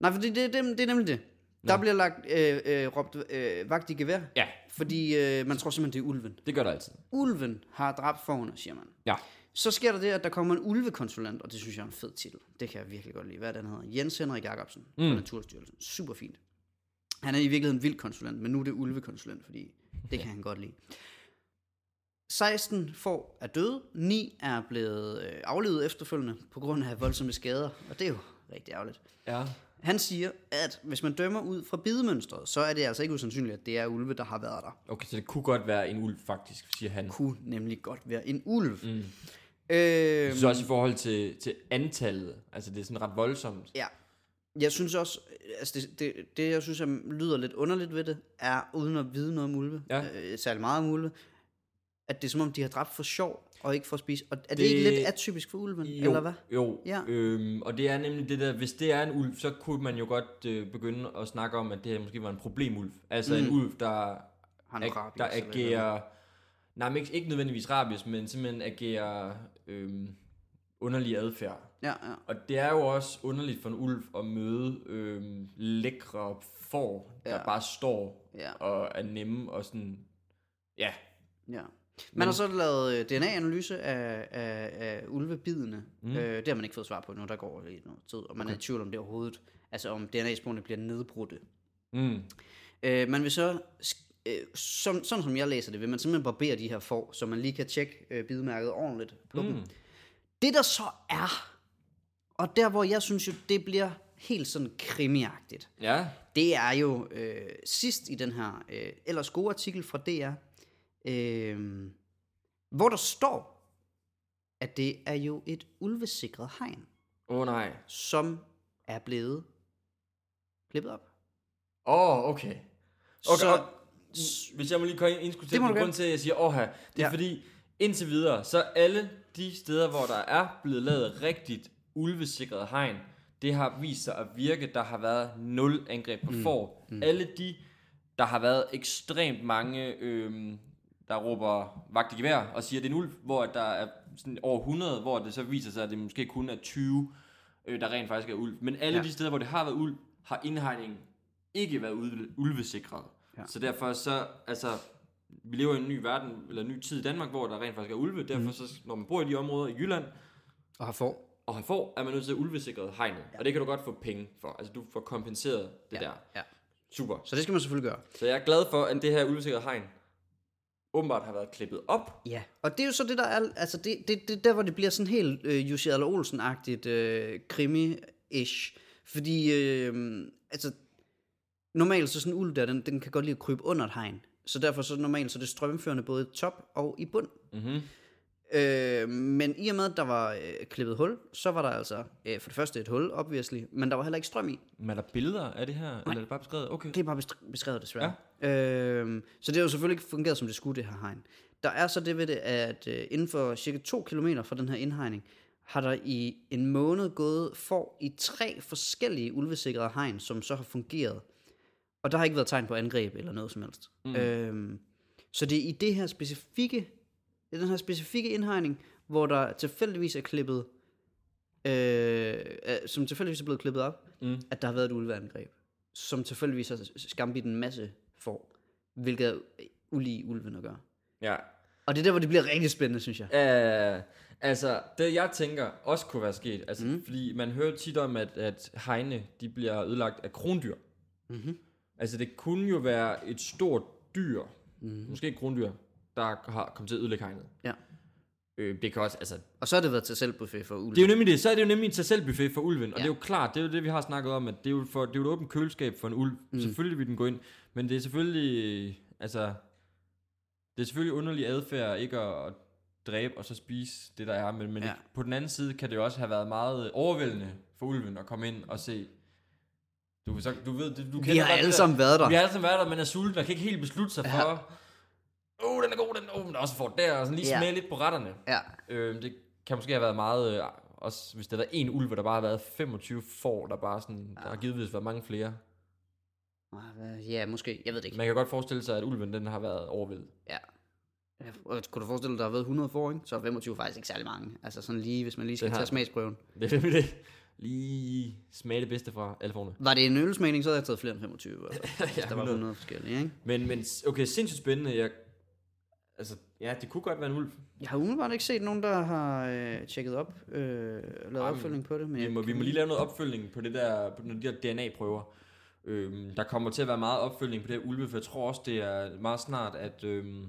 Speaker 2: Nej, for det, det, det, det er nemlig det. Der bliver lagt, øh, øh, råbt øh, vagt i gevær,
Speaker 1: Ja,
Speaker 2: fordi øh, man tror simpelthen, det er ulven.
Speaker 1: det gør der altid.
Speaker 2: Ulven har dræbt forhånden, siger man.
Speaker 1: Ja.
Speaker 2: Så sker der det, at der kommer en ulvekonsulent, og det synes jeg er en fed titel. Det kan jeg virkelig godt lide. Hvad er det, han hedder? Jens Henrik Jacobsen mm. fra Naturstyrelsen. Super fint. Han er i virkeligheden vildkonsulent, men nu er det ulvekonsulent, fordi det kan han godt lide. 16 får er døde, 9 er blevet øh, aflevet efterfølgende på grund af voldsomme skader, og det er jo rigtig ærgerligt.
Speaker 1: Ja.
Speaker 2: Han siger, at hvis man dømmer ud fra bidemønstret, så er det altså ikke usandsynligt, at det er ulve, der har været der.
Speaker 1: Okay, så det kunne godt være en ulv, faktisk, siger han.
Speaker 2: Kunne nemlig godt være en ulv. Mm. Øh,
Speaker 1: Så også i forhold til, til antallet. Altså, det er sådan ret voldsomt.
Speaker 2: Ja. Jeg synes også, altså det, det, det jeg synes, jeg lyder lidt underligt ved det, er uden at vide noget om ulve,
Speaker 1: Ja.
Speaker 2: øh, særlig meget om ulve, at det er som om, de har dræbt for sjov og ikke for at spise. Og er det, det ikke
Speaker 1: Det-
Speaker 2: lidt atypisk for ulven,
Speaker 1: Jo,
Speaker 2: eller hvad?
Speaker 1: Jo,
Speaker 2: Ja.
Speaker 1: øhm, og det er nemlig det der, hvis det er en ulv, så kunne man jo godt øh, begynde at snakke om, at det her måske var en problemulv. Altså mm. en ulv, der,
Speaker 2: Han
Speaker 1: ag- der agerer, nej, men ikke, ikke nødvendigvis rabies, men simpelthen agerer øhm, underlig adfærd.
Speaker 2: Ja, ja.
Speaker 1: Og det er jo også underligt for en ulv at møde øhm, lækre får, der
Speaker 2: Ja.
Speaker 1: bare står
Speaker 2: Ja.
Speaker 1: og er nemme og sådan, ja,
Speaker 2: Ja. Man har så lavet øh, DNA-analyse af, af, af ulvebidene. Mm. Øh, det har man ikke fået svar på nu, der går lidt noget tid, og man okay. er i tvivl om det overhovedt. Altså om DNA-sporene bliver nedbrudte.
Speaker 1: mm,
Speaker 2: Øh, man vil så, sk- øh, som, sådan som jeg læser det, vil man simpelthen barbere de her får, så man lige kan tjekke øh, bidmærket ordentligt på mm. dem. Det der så er, og der hvor jeg synes jo, det bliver helt sådan krimiagtigt,
Speaker 1: ja,
Speaker 2: det er jo øh, sidst i den her øh, ellers gode artikel fra DR, øh, hvor der står, at det er jo et ulvesikret hegn,
Speaker 1: åh oh, nej.
Speaker 2: som er blevet klippet op.
Speaker 1: Åh, oh, okay. Okay,
Speaker 2: Så-
Speaker 1: så, og, hvis jeg må lige komme ind, skulle
Speaker 2: Det
Speaker 1: til
Speaker 2: må du
Speaker 1: den grund
Speaker 2: gerne.
Speaker 1: til, at jeg siger åh her, det er
Speaker 2: Ja.
Speaker 1: ja. fordi indtil videre, så alle de steder, hvor der er blevet lavet rigtigt ulvesikret hegn, det har vist sig at virke, der har været nul angreb på mm. får. Mm. Alle de, der har været ekstremt mange, øhm, der råber vagt i gevær og siger, at det er en ulv, hvor der er sådan over 100, hvor det så viser sig, at det måske kun er 20, øh, der rent faktisk er ulv. Men alle ja.
Speaker 2: Ja.
Speaker 1: de steder, hvor det har været ulv, har indhegningen ikke været ulve- ulvesikret.
Speaker 2: Ja.
Speaker 1: Ja. Så derfor så, altså, vi lever i en ny verden, eller en ny tid i Danmark, hvor der rent faktisk er ulve. Derfor mm. så, når man bor i de områder i Jylland,
Speaker 2: Og har får.
Speaker 1: og har får, er man nødt til at ulvesikret hegnet. Ja. Og det kan du godt få penge for. Altså, du får kompenseret det ja. der.
Speaker 2: Ja.
Speaker 1: Super.
Speaker 2: Så det skal man selvfølgelig gøre.
Speaker 1: Så jeg er glad for, at det her ulvesikrede hegn åbenbart har været klippet op.
Speaker 2: Ja, og det er jo så det, der er, altså det, det, det er der, hvor det bliver sådan helt øh, Jussi Adler Olsen-agtigt øh, krimi-ish. Fordi, øh, altså, normalt så sådan en ulv der, den, den kan godt lide at krybe under et hegn. Så derfor så normalt så er det strømførende både i top og i bund.
Speaker 1: Mm-hmm.
Speaker 2: Øh, men i og med, at der var øh, klippet hul, så var der altså øh, for det første et hul, obviously, men der var heller ikke strøm i.
Speaker 1: Men er der billeder af det her? Nej. Eller er det bare beskrevet? Okay.
Speaker 2: Det er bare best- beskrevet desværre. Ja. Øhm, så det har jo selvfølgelig ikke fungeret, som det skulle, det her hegn. Der er så det ved det, at øh, inden for cirka 2 km fra den her indhegning, har der i en måned gået for i tre forskellige ulvesikrede hegn, som så har fungeret. Og der har ikke været tegn på angreb eller noget som helst. Mm. Øhm, så det er i det her specifikke, i den her specifikke indhegning, hvor der tilfældigvis er klippet, øh, øh, som tilfældigvis er blevet klippet op, mm. at der har været et ulveangreb som tilfældigvis har skambidt en masse får, hvilket er ulige ulven at gøre.
Speaker 1: Ja,
Speaker 2: Og det er der, hvor det bliver rigtig spændende, synes jeg.
Speaker 1: Uh, altså, det jeg tænker også kunne være sket, altså,
Speaker 2: Mhm.
Speaker 1: mm. fordi man hører tit om, at, at hegne de bliver ødelagt af krondyr. Mm-hmm.
Speaker 2: Mhm.
Speaker 1: Altså, det kunne jo være et stort dyr, mm-hmm. måske et krondyr, der har kommet til at ødelægge hegnet.
Speaker 2: Mhm. Ja.
Speaker 1: Øh, det kan også, altså,
Speaker 2: Og så har det været til selvbuffet for ulven.
Speaker 1: det er jo nemlig det, så er det jo nemlig en tag selv buffet for ulven, og
Speaker 2: Ja.
Speaker 1: det er jo klart, det er jo det, vi har snakket om, at det er jo, for, det er jo et åbent køleskab for en ulv. Mm. Selvfølgelig vil den gå ind, men det er selvfølgelig, øh, altså, det er selvfølgelig underlig adfærd ikke at, at dræbe og så spise det, der er, men, men
Speaker 2: Ja.
Speaker 1: ja. på den anden side kan det jo også have været meget overvældende for ulven at komme ind og se. Du, så, du ved, det- du
Speaker 2: Vi
Speaker 1: kender
Speaker 2: har
Speaker 1: godt
Speaker 2: alle
Speaker 1: det-
Speaker 2: sammen været der.
Speaker 1: vi har alle sammen været der, men er sulten og kan ikke helt beslutte sig for, åh, oh, den er god, den, oh, den er også for der, og sådan lige
Speaker 2: Ja.
Speaker 1: ja. smage lidt på retterne.
Speaker 2: Ja.
Speaker 1: Øh, det kan måske have været meget, øh, også hvis der er en ulv, hvor der bare har været 25 får, der bare sådan, ja. der har givetvis været mange flere.
Speaker 2: Ah, hvad- Ja, måske. Jeg ved det ikke.
Speaker 1: Man kan godt forestille sig, at ulven den har været overvældet. *laughs*
Speaker 2: Ja. Ja, og Kunne du forestille dig, at der har været 100 får, ikke? Så er 25 faktisk ikke særlig mange. Altså sådan lige, hvis man lige skal
Speaker 1: Det har-
Speaker 2: tage smagsprøven.
Speaker 1: Det er nemlig det. Lige smage det bedste fra alle forne.
Speaker 2: Var det en ølsmagning, så havde jeg taget flere end
Speaker 1: *laughs*
Speaker 2: 25. Altså, ja, der var
Speaker 1: 100.
Speaker 2: 100 forskellige, ikke?
Speaker 1: Men, men okay, sindssygt spændende. Jeg, altså, ja, det kunne godt være en ulv.
Speaker 2: Jeg har umiddelbart ikke set nogen, der har øh, tjekket op, øh, lavet
Speaker 1: Ej, men
Speaker 2: opfølging på det. Men
Speaker 1: Vi
Speaker 2: jeg
Speaker 1: må, vi
Speaker 2: kan-
Speaker 1: må lige lave noget opfølgning på, det der, på de der DNA-prøver. Øhm, der kommer til at være meget opfølgning på det her ulve, for jeg tror også, det er meget snart, at øhm,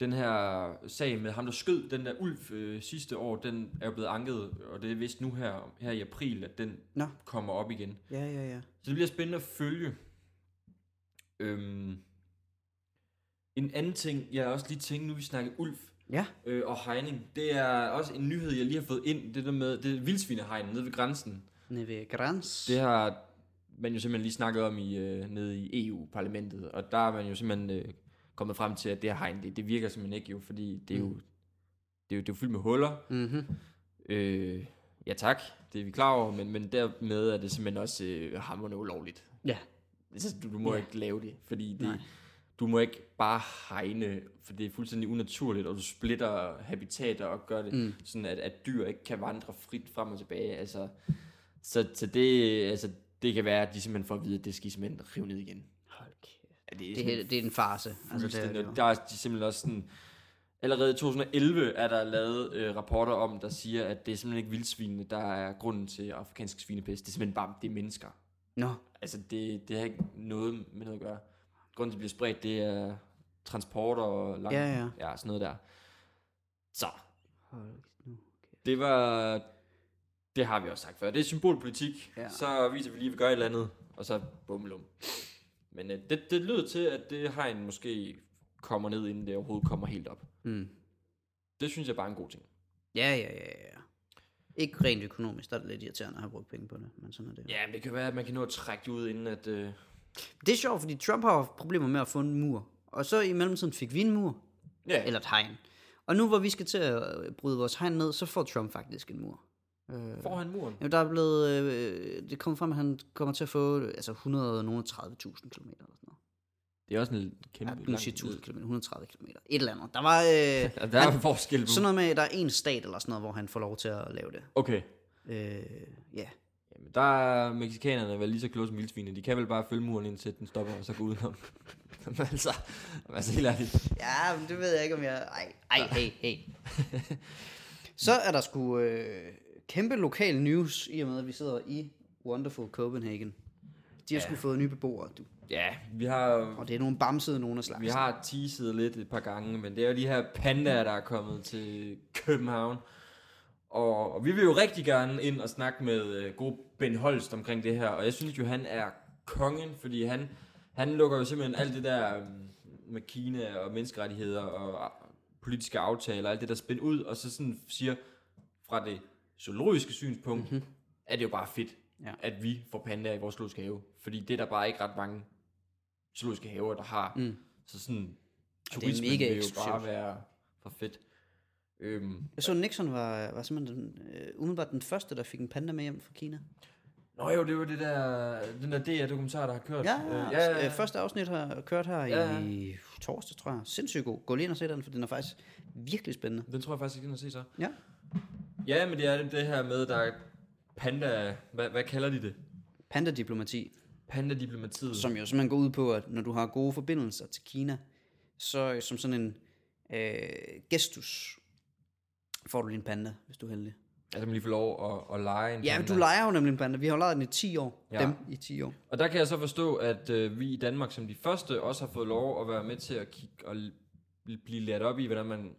Speaker 1: den her sag med ham, der skød den der ulv øh, sidste år, den er jo blevet anket, og det er vist nu her, her i april, at den
Speaker 2: Nå.
Speaker 1: kommer op igen.
Speaker 2: Ja, ja, ja.
Speaker 1: Så det bliver spændende at følge. Øhm, en anden ting, jeg også lige tænkte, nu vi snakker ulv
Speaker 2: Ja.
Speaker 1: øh, og hegning, det er også en nyhed, jeg lige har fået ind, det der med det er vildsvinehegn nede ved grænsen.
Speaker 2: Nede ved Grans.
Speaker 1: Det har man jo simpelthen lige snakket om i, øh, nede i EU-parlamentet, og der er man jo simpelthen øh, kommet frem til, at det her hegn, det, det virker simpelthen ikke jo, fordi det er jo, det er jo, det er jo fyldt med huller.
Speaker 2: Mm. Mm-hmm.
Speaker 1: Øh, ja tak, det er vi klar over, men, men dermed er det simpelthen også øh, hammerne ulovligt.
Speaker 2: Ja.
Speaker 1: Altså, du, du må
Speaker 2: Ja.
Speaker 1: ja. ikke lave det, fordi
Speaker 2: Nej.
Speaker 1: det, du må ikke bare hegne, for det er fuldstændig unaturligt, og du splitter habitater og gør det
Speaker 2: Mm.
Speaker 1: sådan at, at dyr ikke kan vandre frit frem og tilbage. Altså, så, så det, altså, det kan være, at de simpelthen får at vide, at det skal I simpelthen rive ned igen. Hold kæft. Det er,
Speaker 2: Det, er, det er en farse. Altså, det er, det jo.
Speaker 1: der er de simpelthen også sådan... Allerede i 2011 er der lavet øh, rapporter om, der siger, at det er simpelthen ikke vildsvinene, der er grunden til afrikansk svinepest. Det er simpelthen bare, det er mennesker.
Speaker 2: Nå,
Speaker 1: Altså, det, det har ikke noget med noget at gøre. Grunden til, at det bliver spredt, det er transport og langt,
Speaker 2: ja, ja.
Speaker 1: ja, sådan noget der. Så,
Speaker 2: Hold nu.
Speaker 1: det var... Det har vi også sagt før. Det er symbolpolitik.
Speaker 2: Ja.
Speaker 1: Ja. Så viser vi lige, at vi gør et eller andet, og så bummelum. Men øh, det, det lyder til, at det hegn måske kommer ned, inden det overhovedet kommer helt op.
Speaker 2: Mm.
Speaker 1: Det synes jeg bare er en god ting.
Speaker 2: Ja, ja, ja, ja, ja. Ikke rent økonomisk, der er det lidt irriterende at have brugt penge på det, men sådan er det. jo.
Speaker 1: Ja, men det kan være, at man kan nå at trække det ud, inden at... Øh,
Speaker 2: Det er sjovt, fordi Trump har jo haft problemer med at få en mur. Og så i mellemtiden fik vi en mur,
Speaker 1: ja,
Speaker 2: eller et hegn. Og nu hvor vi skal til at øh, bryde vores hegn ned, så får Trump faktisk en mur. Øh,
Speaker 1: får han muren.
Speaker 2: Jamen, der er blevet, øh, det kommer frem, at han kommer til at få øh, altså 130.000 km eller sådan noget.
Speaker 1: Det er også en kæmpe...
Speaker 2: Ja, nu siger 1000 km, 130 km, et eller andet. Der var *laughs* øh,
Speaker 1: Ja, der er jo forskel på...
Speaker 2: sådan noget med, at der er en stat eller sådan noget, hvor han får lov til at lave det.
Speaker 1: Okay.
Speaker 2: Øh, ja,
Speaker 1: Jamen, der er mexikanerne vel lige så kloge som vildsvinene. De kan vel bare følge muren, indtil den stopper, og så gå udenom. *laughs* Jamen, altså, jamen, altså, helt ærligt.
Speaker 2: Ja, men det ved jeg ikke, om jeg... Ej, ej, hey, hey. *laughs* Så er der sgu øh, kæmpe lokal news, i og med, at vi sidder i Wonderful Copenhagen. De har ja. sgu fået nye beboere, du.
Speaker 1: Ja, vi har
Speaker 2: Og det er nogle bamsede nogen af slagsen.
Speaker 1: Vi har teaset lidt et par gange, men det er jo de her pandaer, der er kommet til København. Og, og vi vil jo rigtig gerne ind og snakke med øh, god Ben Holst omkring det her. Og jeg synes jo, han er kongen, fordi han, han lukker jo simpelthen alt det der øh, med Kina og menneskerettigheder og øh, politiske aftaler, alt det der spændt ud, og så sådan siger, fra det zoologiske synspunkt, mm-hmm. er det jo bare fedt,
Speaker 2: Ja.
Speaker 1: ja. at vi får pandaer i vores zoologiske have. Fordi det er der bare ikke ret mange zoologiske haver, der har.
Speaker 2: Mm.
Speaker 1: Så sådan,
Speaker 2: er
Speaker 1: turismen
Speaker 2: mega
Speaker 1: vil jo
Speaker 2: eksklusivt.
Speaker 1: bare være for fedt. Øhm,
Speaker 2: Jeg så, Nixon var, var simpelthen den, øh, umiddelbart den første, der fik en panda med hjem fra Kina.
Speaker 1: nå jo, det var det der, den der DR-dokumentar, der har kørt.
Speaker 2: Ja,
Speaker 1: Øh,
Speaker 2: ja, ja. Øh, første afsnit har kørt her
Speaker 1: Ja,
Speaker 2: ja.
Speaker 1: ja.
Speaker 2: i torsdag, tror jeg. Sindssygt god. Gå lige ind og se den, for den er faktisk virkelig spændende.
Speaker 1: Den tror jeg faktisk ikke, jeg se så.
Speaker 2: Ja.
Speaker 1: Ja, men det er det her med, der er panda, hvad, hvad kalder de det?
Speaker 2: Panda-diplomati.
Speaker 1: Panda-diplomatiet.
Speaker 2: som jo simpelthen går ud på, at når du har gode forbindelser til Kina, så øh, som sådan en øh, gestus, får du lige en panda, hvis du er heldig.
Speaker 1: Altså, man lige får lov at, at lege en
Speaker 2: Ja,
Speaker 1: panda.
Speaker 2: men du leger jo nemlig en panda. Vi har jo lejet den i 10 år. Ja.
Speaker 1: Ja.
Speaker 2: Dem i 10 år.
Speaker 1: Og der kan jeg så forstå, at øh, vi i Danmark som de første også har fået lov at være med til at kigge og l- blive lært op i, hvordan man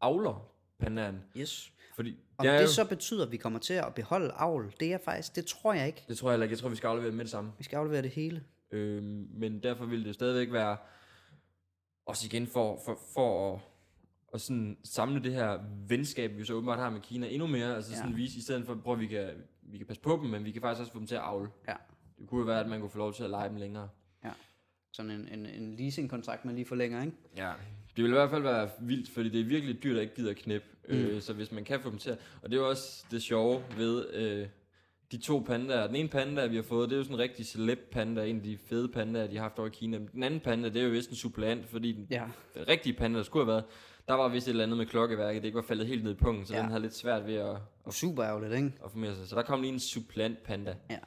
Speaker 1: avler pandaen.
Speaker 2: Yes.
Speaker 1: Fordi
Speaker 2: Om
Speaker 1: det, er
Speaker 2: det
Speaker 1: jo,
Speaker 2: så betyder, at vi kommer til at beholde avl, det er faktisk, det tror jeg ikke.
Speaker 1: det tror jeg heller ikke. Jeg tror, vi skal aflevere det med det samme.
Speaker 2: Vi skal aflevere det hele.
Speaker 1: Øh, men derfor vil det jo stadigvæk være også igen for, for, for at, at sådan samle det her venskab, vi så åbenbart har med Kina endnu mere. Altså
Speaker 2: Ja.
Speaker 1: sådan vise, i stedet for, prøv at vi kan, vi kan passe på dem, men vi kan faktisk også få dem til at avle.
Speaker 2: Ja.
Speaker 1: Det kunne jo være, at man kunne få lov til at lege dem længere.
Speaker 2: Sådan en, en, en leasingkontrakt, man lige forlænger, ikke?
Speaker 1: Ja, det vil i hvert fald være vildt, fordi det er virkelig et dyr, der ikke gider knæppe. Mm. Øh, så hvis man kan få dem til at... Og det er jo også det sjove ved øh, de to pandaer. Den ene panda, vi har fået, det er jo sådan en rigtig celeb panda, en af de fede pandaer, de har haft over i Kina. Men Den anden panda, det er jo vist en suppleant, fordi den,
Speaker 2: Ja.
Speaker 1: den rigtige panda, der skulle have været, der var vist et eller andet med klokkeværket, det ikke var faldet helt ned i pungen, så
Speaker 2: Ja.
Speaker 1: ja. den havde lidt svært ved at,
Speaker 2: Super ærgerligt, ikke?
Speaker 1: at formere sig. Så der kom lige en suppleant panda.
Speaker 2: Ja.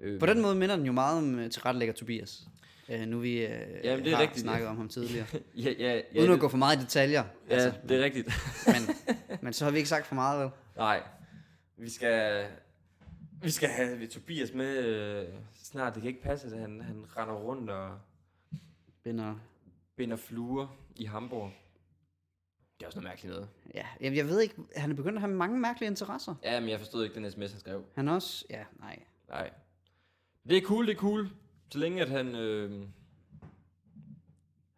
Speaker 1: Øh,
Speaker 2: På den måde minder den jo meget om øh, tilrettelægger Tobias. Øh, nu vi øh,
Speaker 1: er
Speaker 2: Jamen, det er har
Speaker 1: rigtigt,
Speaker 2: rigtigt,
Speaker 1: ja.
Speaker 2: snakket om ham tidligere.
Speaker 1: ja, ja, ja,
Speaker 2: Uden at
Speaker 1: det,
Speaker 2: gå for meget i detaljer. altså,
Speaker 1: ja, det er rigtigt.
Speaker 2: *laughs* men, men så har vi ikke sagt for meget, vel?
Speaker 1: Nej, vi skal... Vi skal have Tobias med øh, snart. Det kan ikke passe, at han, han render rundt og
Speaker 2: Binder.
Speaker 1: binder fluer i Hamburg. Det er også noget mærkeligt noget.
Speaker 2: Ja, jeg, jeg ved ikke, han er begyndt at have mange mærkelige interesser.
Speaker 1: Ja, men jeg forstod ikke den sms, han skrev.
Speaker 2: Han er også, ja, nej.
Speaker 1: Nej. Det er cool, det er cool. Så længe at han... Øh,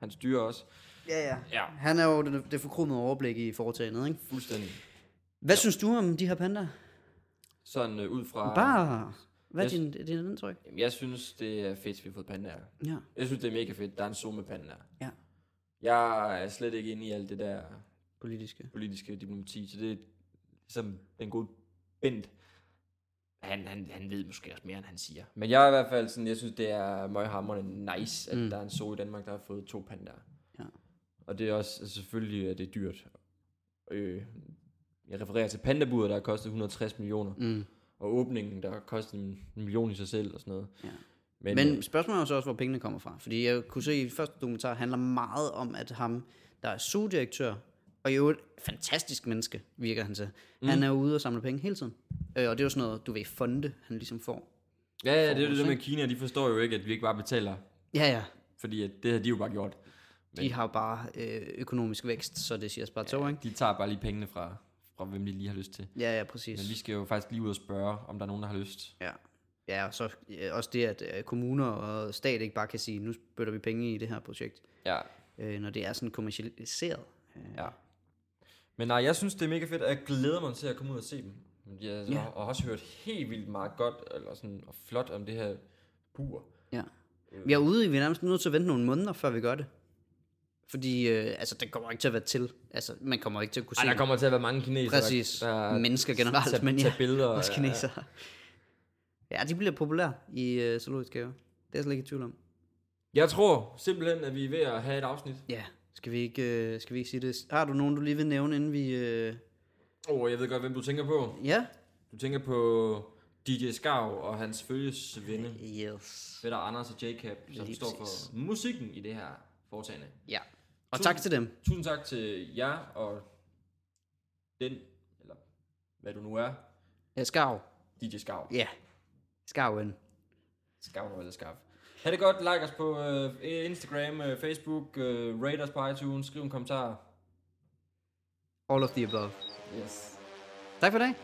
Speaker 1: han styrer os.
Speaker 2: Ja, ja.
Speaker 1: Ja,
Speaker 2: Han er jo det, det forkrumede overblik i foretagendet, ikke?
Speaker 1: fuldstændig.
Speaker 2: Hvad synes du om de her pandaer?
Speaker 1: Sådan øh, ud fra...
Speaker 2: Bare, hvad er
Speaker 1: Jeg
Speaker 2: din, din indtryk?
Speaker 1: Jamen, Jeg synes, det er fedt, vi har fået pandaer.
Speaker 2: Ja.
Speaker 1: Jeg synes, det er mega fedt. Der er en zoom med pandaer.
Speaker 2: Ja.
Speaker 1: Jeg er slet ikke inde i alt det der
Speaker 2: Politiske.
Speaker 1: politiske diplomati, så det er ligesom den gode Bent. Han, han, han ved måske også mere, end han siger. Men jeg er i hvert fald sådan, jeg synes, det er møghamrende nice, at
Speaker 2: Mm.
Speaker 1: mm. der er en zoo i Danmark, der har fået to pandaer.
Speaker 2: Ja.
Speaker 1: Og det er også, altså selvfølgelig, at det er dyrt. Øh, jeg refererer til pandaburet, der har kostet 160 millioner,
Speaker 2: Mm.
Speaker 1: og åbningen, der har kostet en en million i sig selv og sådan noget.
Speaker 2: Ja.
Speaker 1: Men, øh,
Speaker 2: Men spørgsmålet er jo så også, hvor pengene kommer fra. Fordi jeg kunne se, at i første dokumentar handler meget om, at ham, der er zoodirektør, og jo et fantastisk menneske, virker han til. Mm. Han er ude og samle penge hele tiden. Øh, og det er jo sådan noget, du ved, fonde, han ligesom får.
Speaker 1: ja, ja, det er jo
Speaker 2: Fokus,
Speaker 1: det der med Kina, de forstår jo ikke, at vi ikke bare betaler,
Speaker 2: Ja, ja.
Speaker 1: fordi at det har de jo bare gjort.
Speaker 2: De har jo bare øh, økonomisk vækst, så det siger bare ja. ikke?
Speaker 1: De tager bare lige pengene fra, fra hvem de lige har lyst til.
Speaker 2: Ja, ja, præcis.
Speaker 1: Men vi skal jo faktisk lige ud og spørge, om der er nogen, der har lyst.
Speaker 2: Ja. Ja, og så øh, også det, at øh, kommuner og stat ikke bare kan sige, nu spytter vi penge i det her projekt,
Speaker 1: Ja.
Speaker 2: øh, når det er sådan kommercialiseret. Øh,
Speaker 1: ja. Men nej, jeg synes, det er mega fedt, og jeg glæder mig til at komme ud og se dem. Jeg
Speaker 2: Ja.
Speaker 1: har også hørt helt vildt meget godt eller sådan, og flot om det her bur.
Speaker 2: ja. Vi er ude i, vi er nærmest nødt til at vente nogle måneder, før vi gør det. Fordi, øh, altså, der kommer ikke til at være til. Altså, man kommer ikke til at kunne se
Speaker 1: Ej, der kommer til at være mange kinesere,
Speaker 2: præcis
Speaker 1: der, der
Speaker 2: mennesker generelt,
Speaker 1: tager-
Speaker 2: men ja,
Speaker 1: tager
Speaker 2: *laughs*
Speaker 1: billeder,
Speaker 2: også
Speaker 1: ja,
Speaker 2: kinesere. Ja, de bliver populære i øh, zoologisk have. Det er jeg slet ikke i tvivl om.
Speaker 1: Jeg tror simpelthen, at vi er ved at have et afsnit.
Speaker 2: Ja, skal vi ikke, øh, skal vi ikke sige det? Har du nogen, du lige vil nævne, inden vi... Øh...
Speaker 1: Åh, oh, jeg ved godt, hvem du tænker på.
Speaker 2: Ja?
Speaker 1: Du tænker på DJ Skav og hans følgesvende.
Speaker 2: Yes.
Speaker 1: Fætter Anders og Jacob, som
Speaker 2: Lige
Speaker 1: Lige står
Speaker 2: præcis.
Speaker 1: for musikken i det her foretagende.
Speaker 2: Ja. Og
Speaker 1: Tusind-
Speaker 2: tak til dem.
Speaker 1: Tusind tak til jer og den, eller hvad du nu er,
Speaker 2: Ja, skarv.
Speaker 1: DJ Skav.
Speaker 2: Ja. Skarven.
Speaker 1: Skav nu eller Skav. Ha' det godt, like os på øh, Instagram, øh, Facebook, øh, rate os på iTunes, skriv en kommentar.
Speaker 2: All of the above.
Speaker 1: Yes.
Speaker 2: Tak for i dag.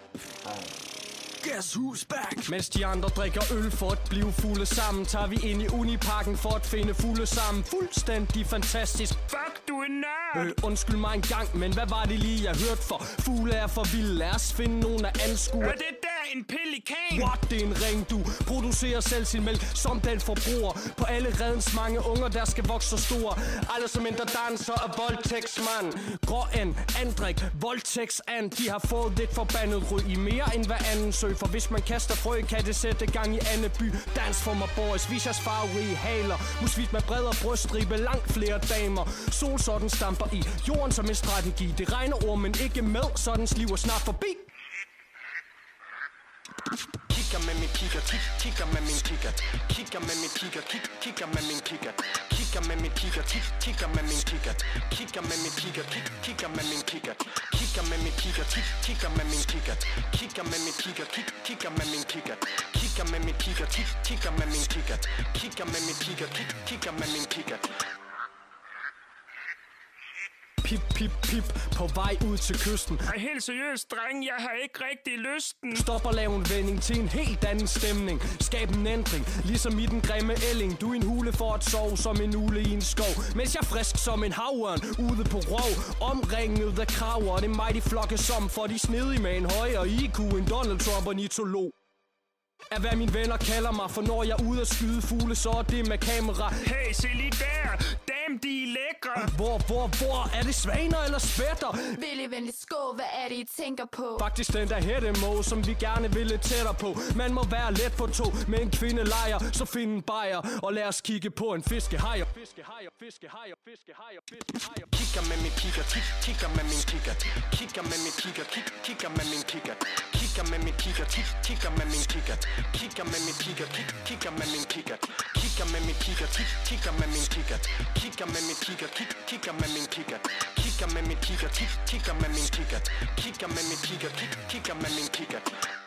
Speaker 3: Guess who's back? Mens de andre drikker øl for at blive fulde sammen Tager vi ind i uniparken for at finde fulde sammen Fuldstændig fantastisk Fuck, du er nær! Øh, undskyld mig en gang, men hvad var det lige, jeg hørte for? Fugle er for vilde, lad os finde nogen at anskue
Speaker 4: Er det der en pelikan?
Speaker 3: What, det er en ring, du producerer selv sin mælk Som den forbruger På alle redens mange unger, der skal vokse så store Alle som mindre danser er voldtægtsmand Gråen, andrik, voldtægtsand De har fået lidt forbandet rød i mere end hver anden sø For hvis man kaster frø, kan det sætte gang i anden by Dans for mig, boys, vis jeres farverige haler Musvit med bredere bryststribe, langt flere damer Solsorten stamper i jorden som en strategi Det regner ord, men ikke med, så dens liv er snart forbi Kigger med min kigger, kig, kigger med min kigger Kigger med min kigger, kig, kigger med min kigger Kigger med min kigger, kig, kigger med min kigger Kigger med min kigger, kig, kigger med min kigger Kigger med min kigger, kig, kigger med min kigger Kigger med min kigger, kig, kigger med min kigger Kigger med min kigger, kig, kigger med min kigger Kigger med min kigger, kig, kigger med min kigger Pip, pip, pip på vej ud til kysten
Speaker 4: Ej, helt seriøst, dreng, jeg har ikke rigtig lysten.
Speaker 3: Stop og lav en vending til en helt anden stemning Skab en ændring, ligesom i den grimme ælling Du er en hule for at sove som en ule i en skov Mens jeg er frisk som en havørn ude på rov Omringet af kraver, og det er mig de flokke som For de er snedige med en højere IQ end Donald Trump og nitolog er hvad mine venner kalder mig For når jeg er ude at skyde fugle Så er det med kamera
Speaker 4: Hey, se lige der. Damn, de er lækre.
Speaker 3: Hvor, hvor, hvor Er det svaner eller spætter?
Speaker 5: Vil I venligt skål, hvad er det, I tænker på?
Speaker 3: Faktisk den der hættemo, som vi gerne vil lidt tættere på Man må være let på to, med en kvinde lejer Så find en bajer, og lad os kigge på en fiskehajer Fiskehajer, fiskehajer, fiskehajer, fiskehajer
Speaker 4: Kigger med min kigger, kig, kigger med min kigger Kigger med min kigger, kig, kigger med min kigger Kigger med min kigger, kig, kigger med min kigger Kigger med min kigger, kig, kigger med min kigger Kigger med min kigger, kig, kigger med min kigger Kigger med min kigger, kig, kigger med min kigger Kigger med min kigger, kig, kigger med min kigger Kigger med min kigger, kig, kigger med min kigger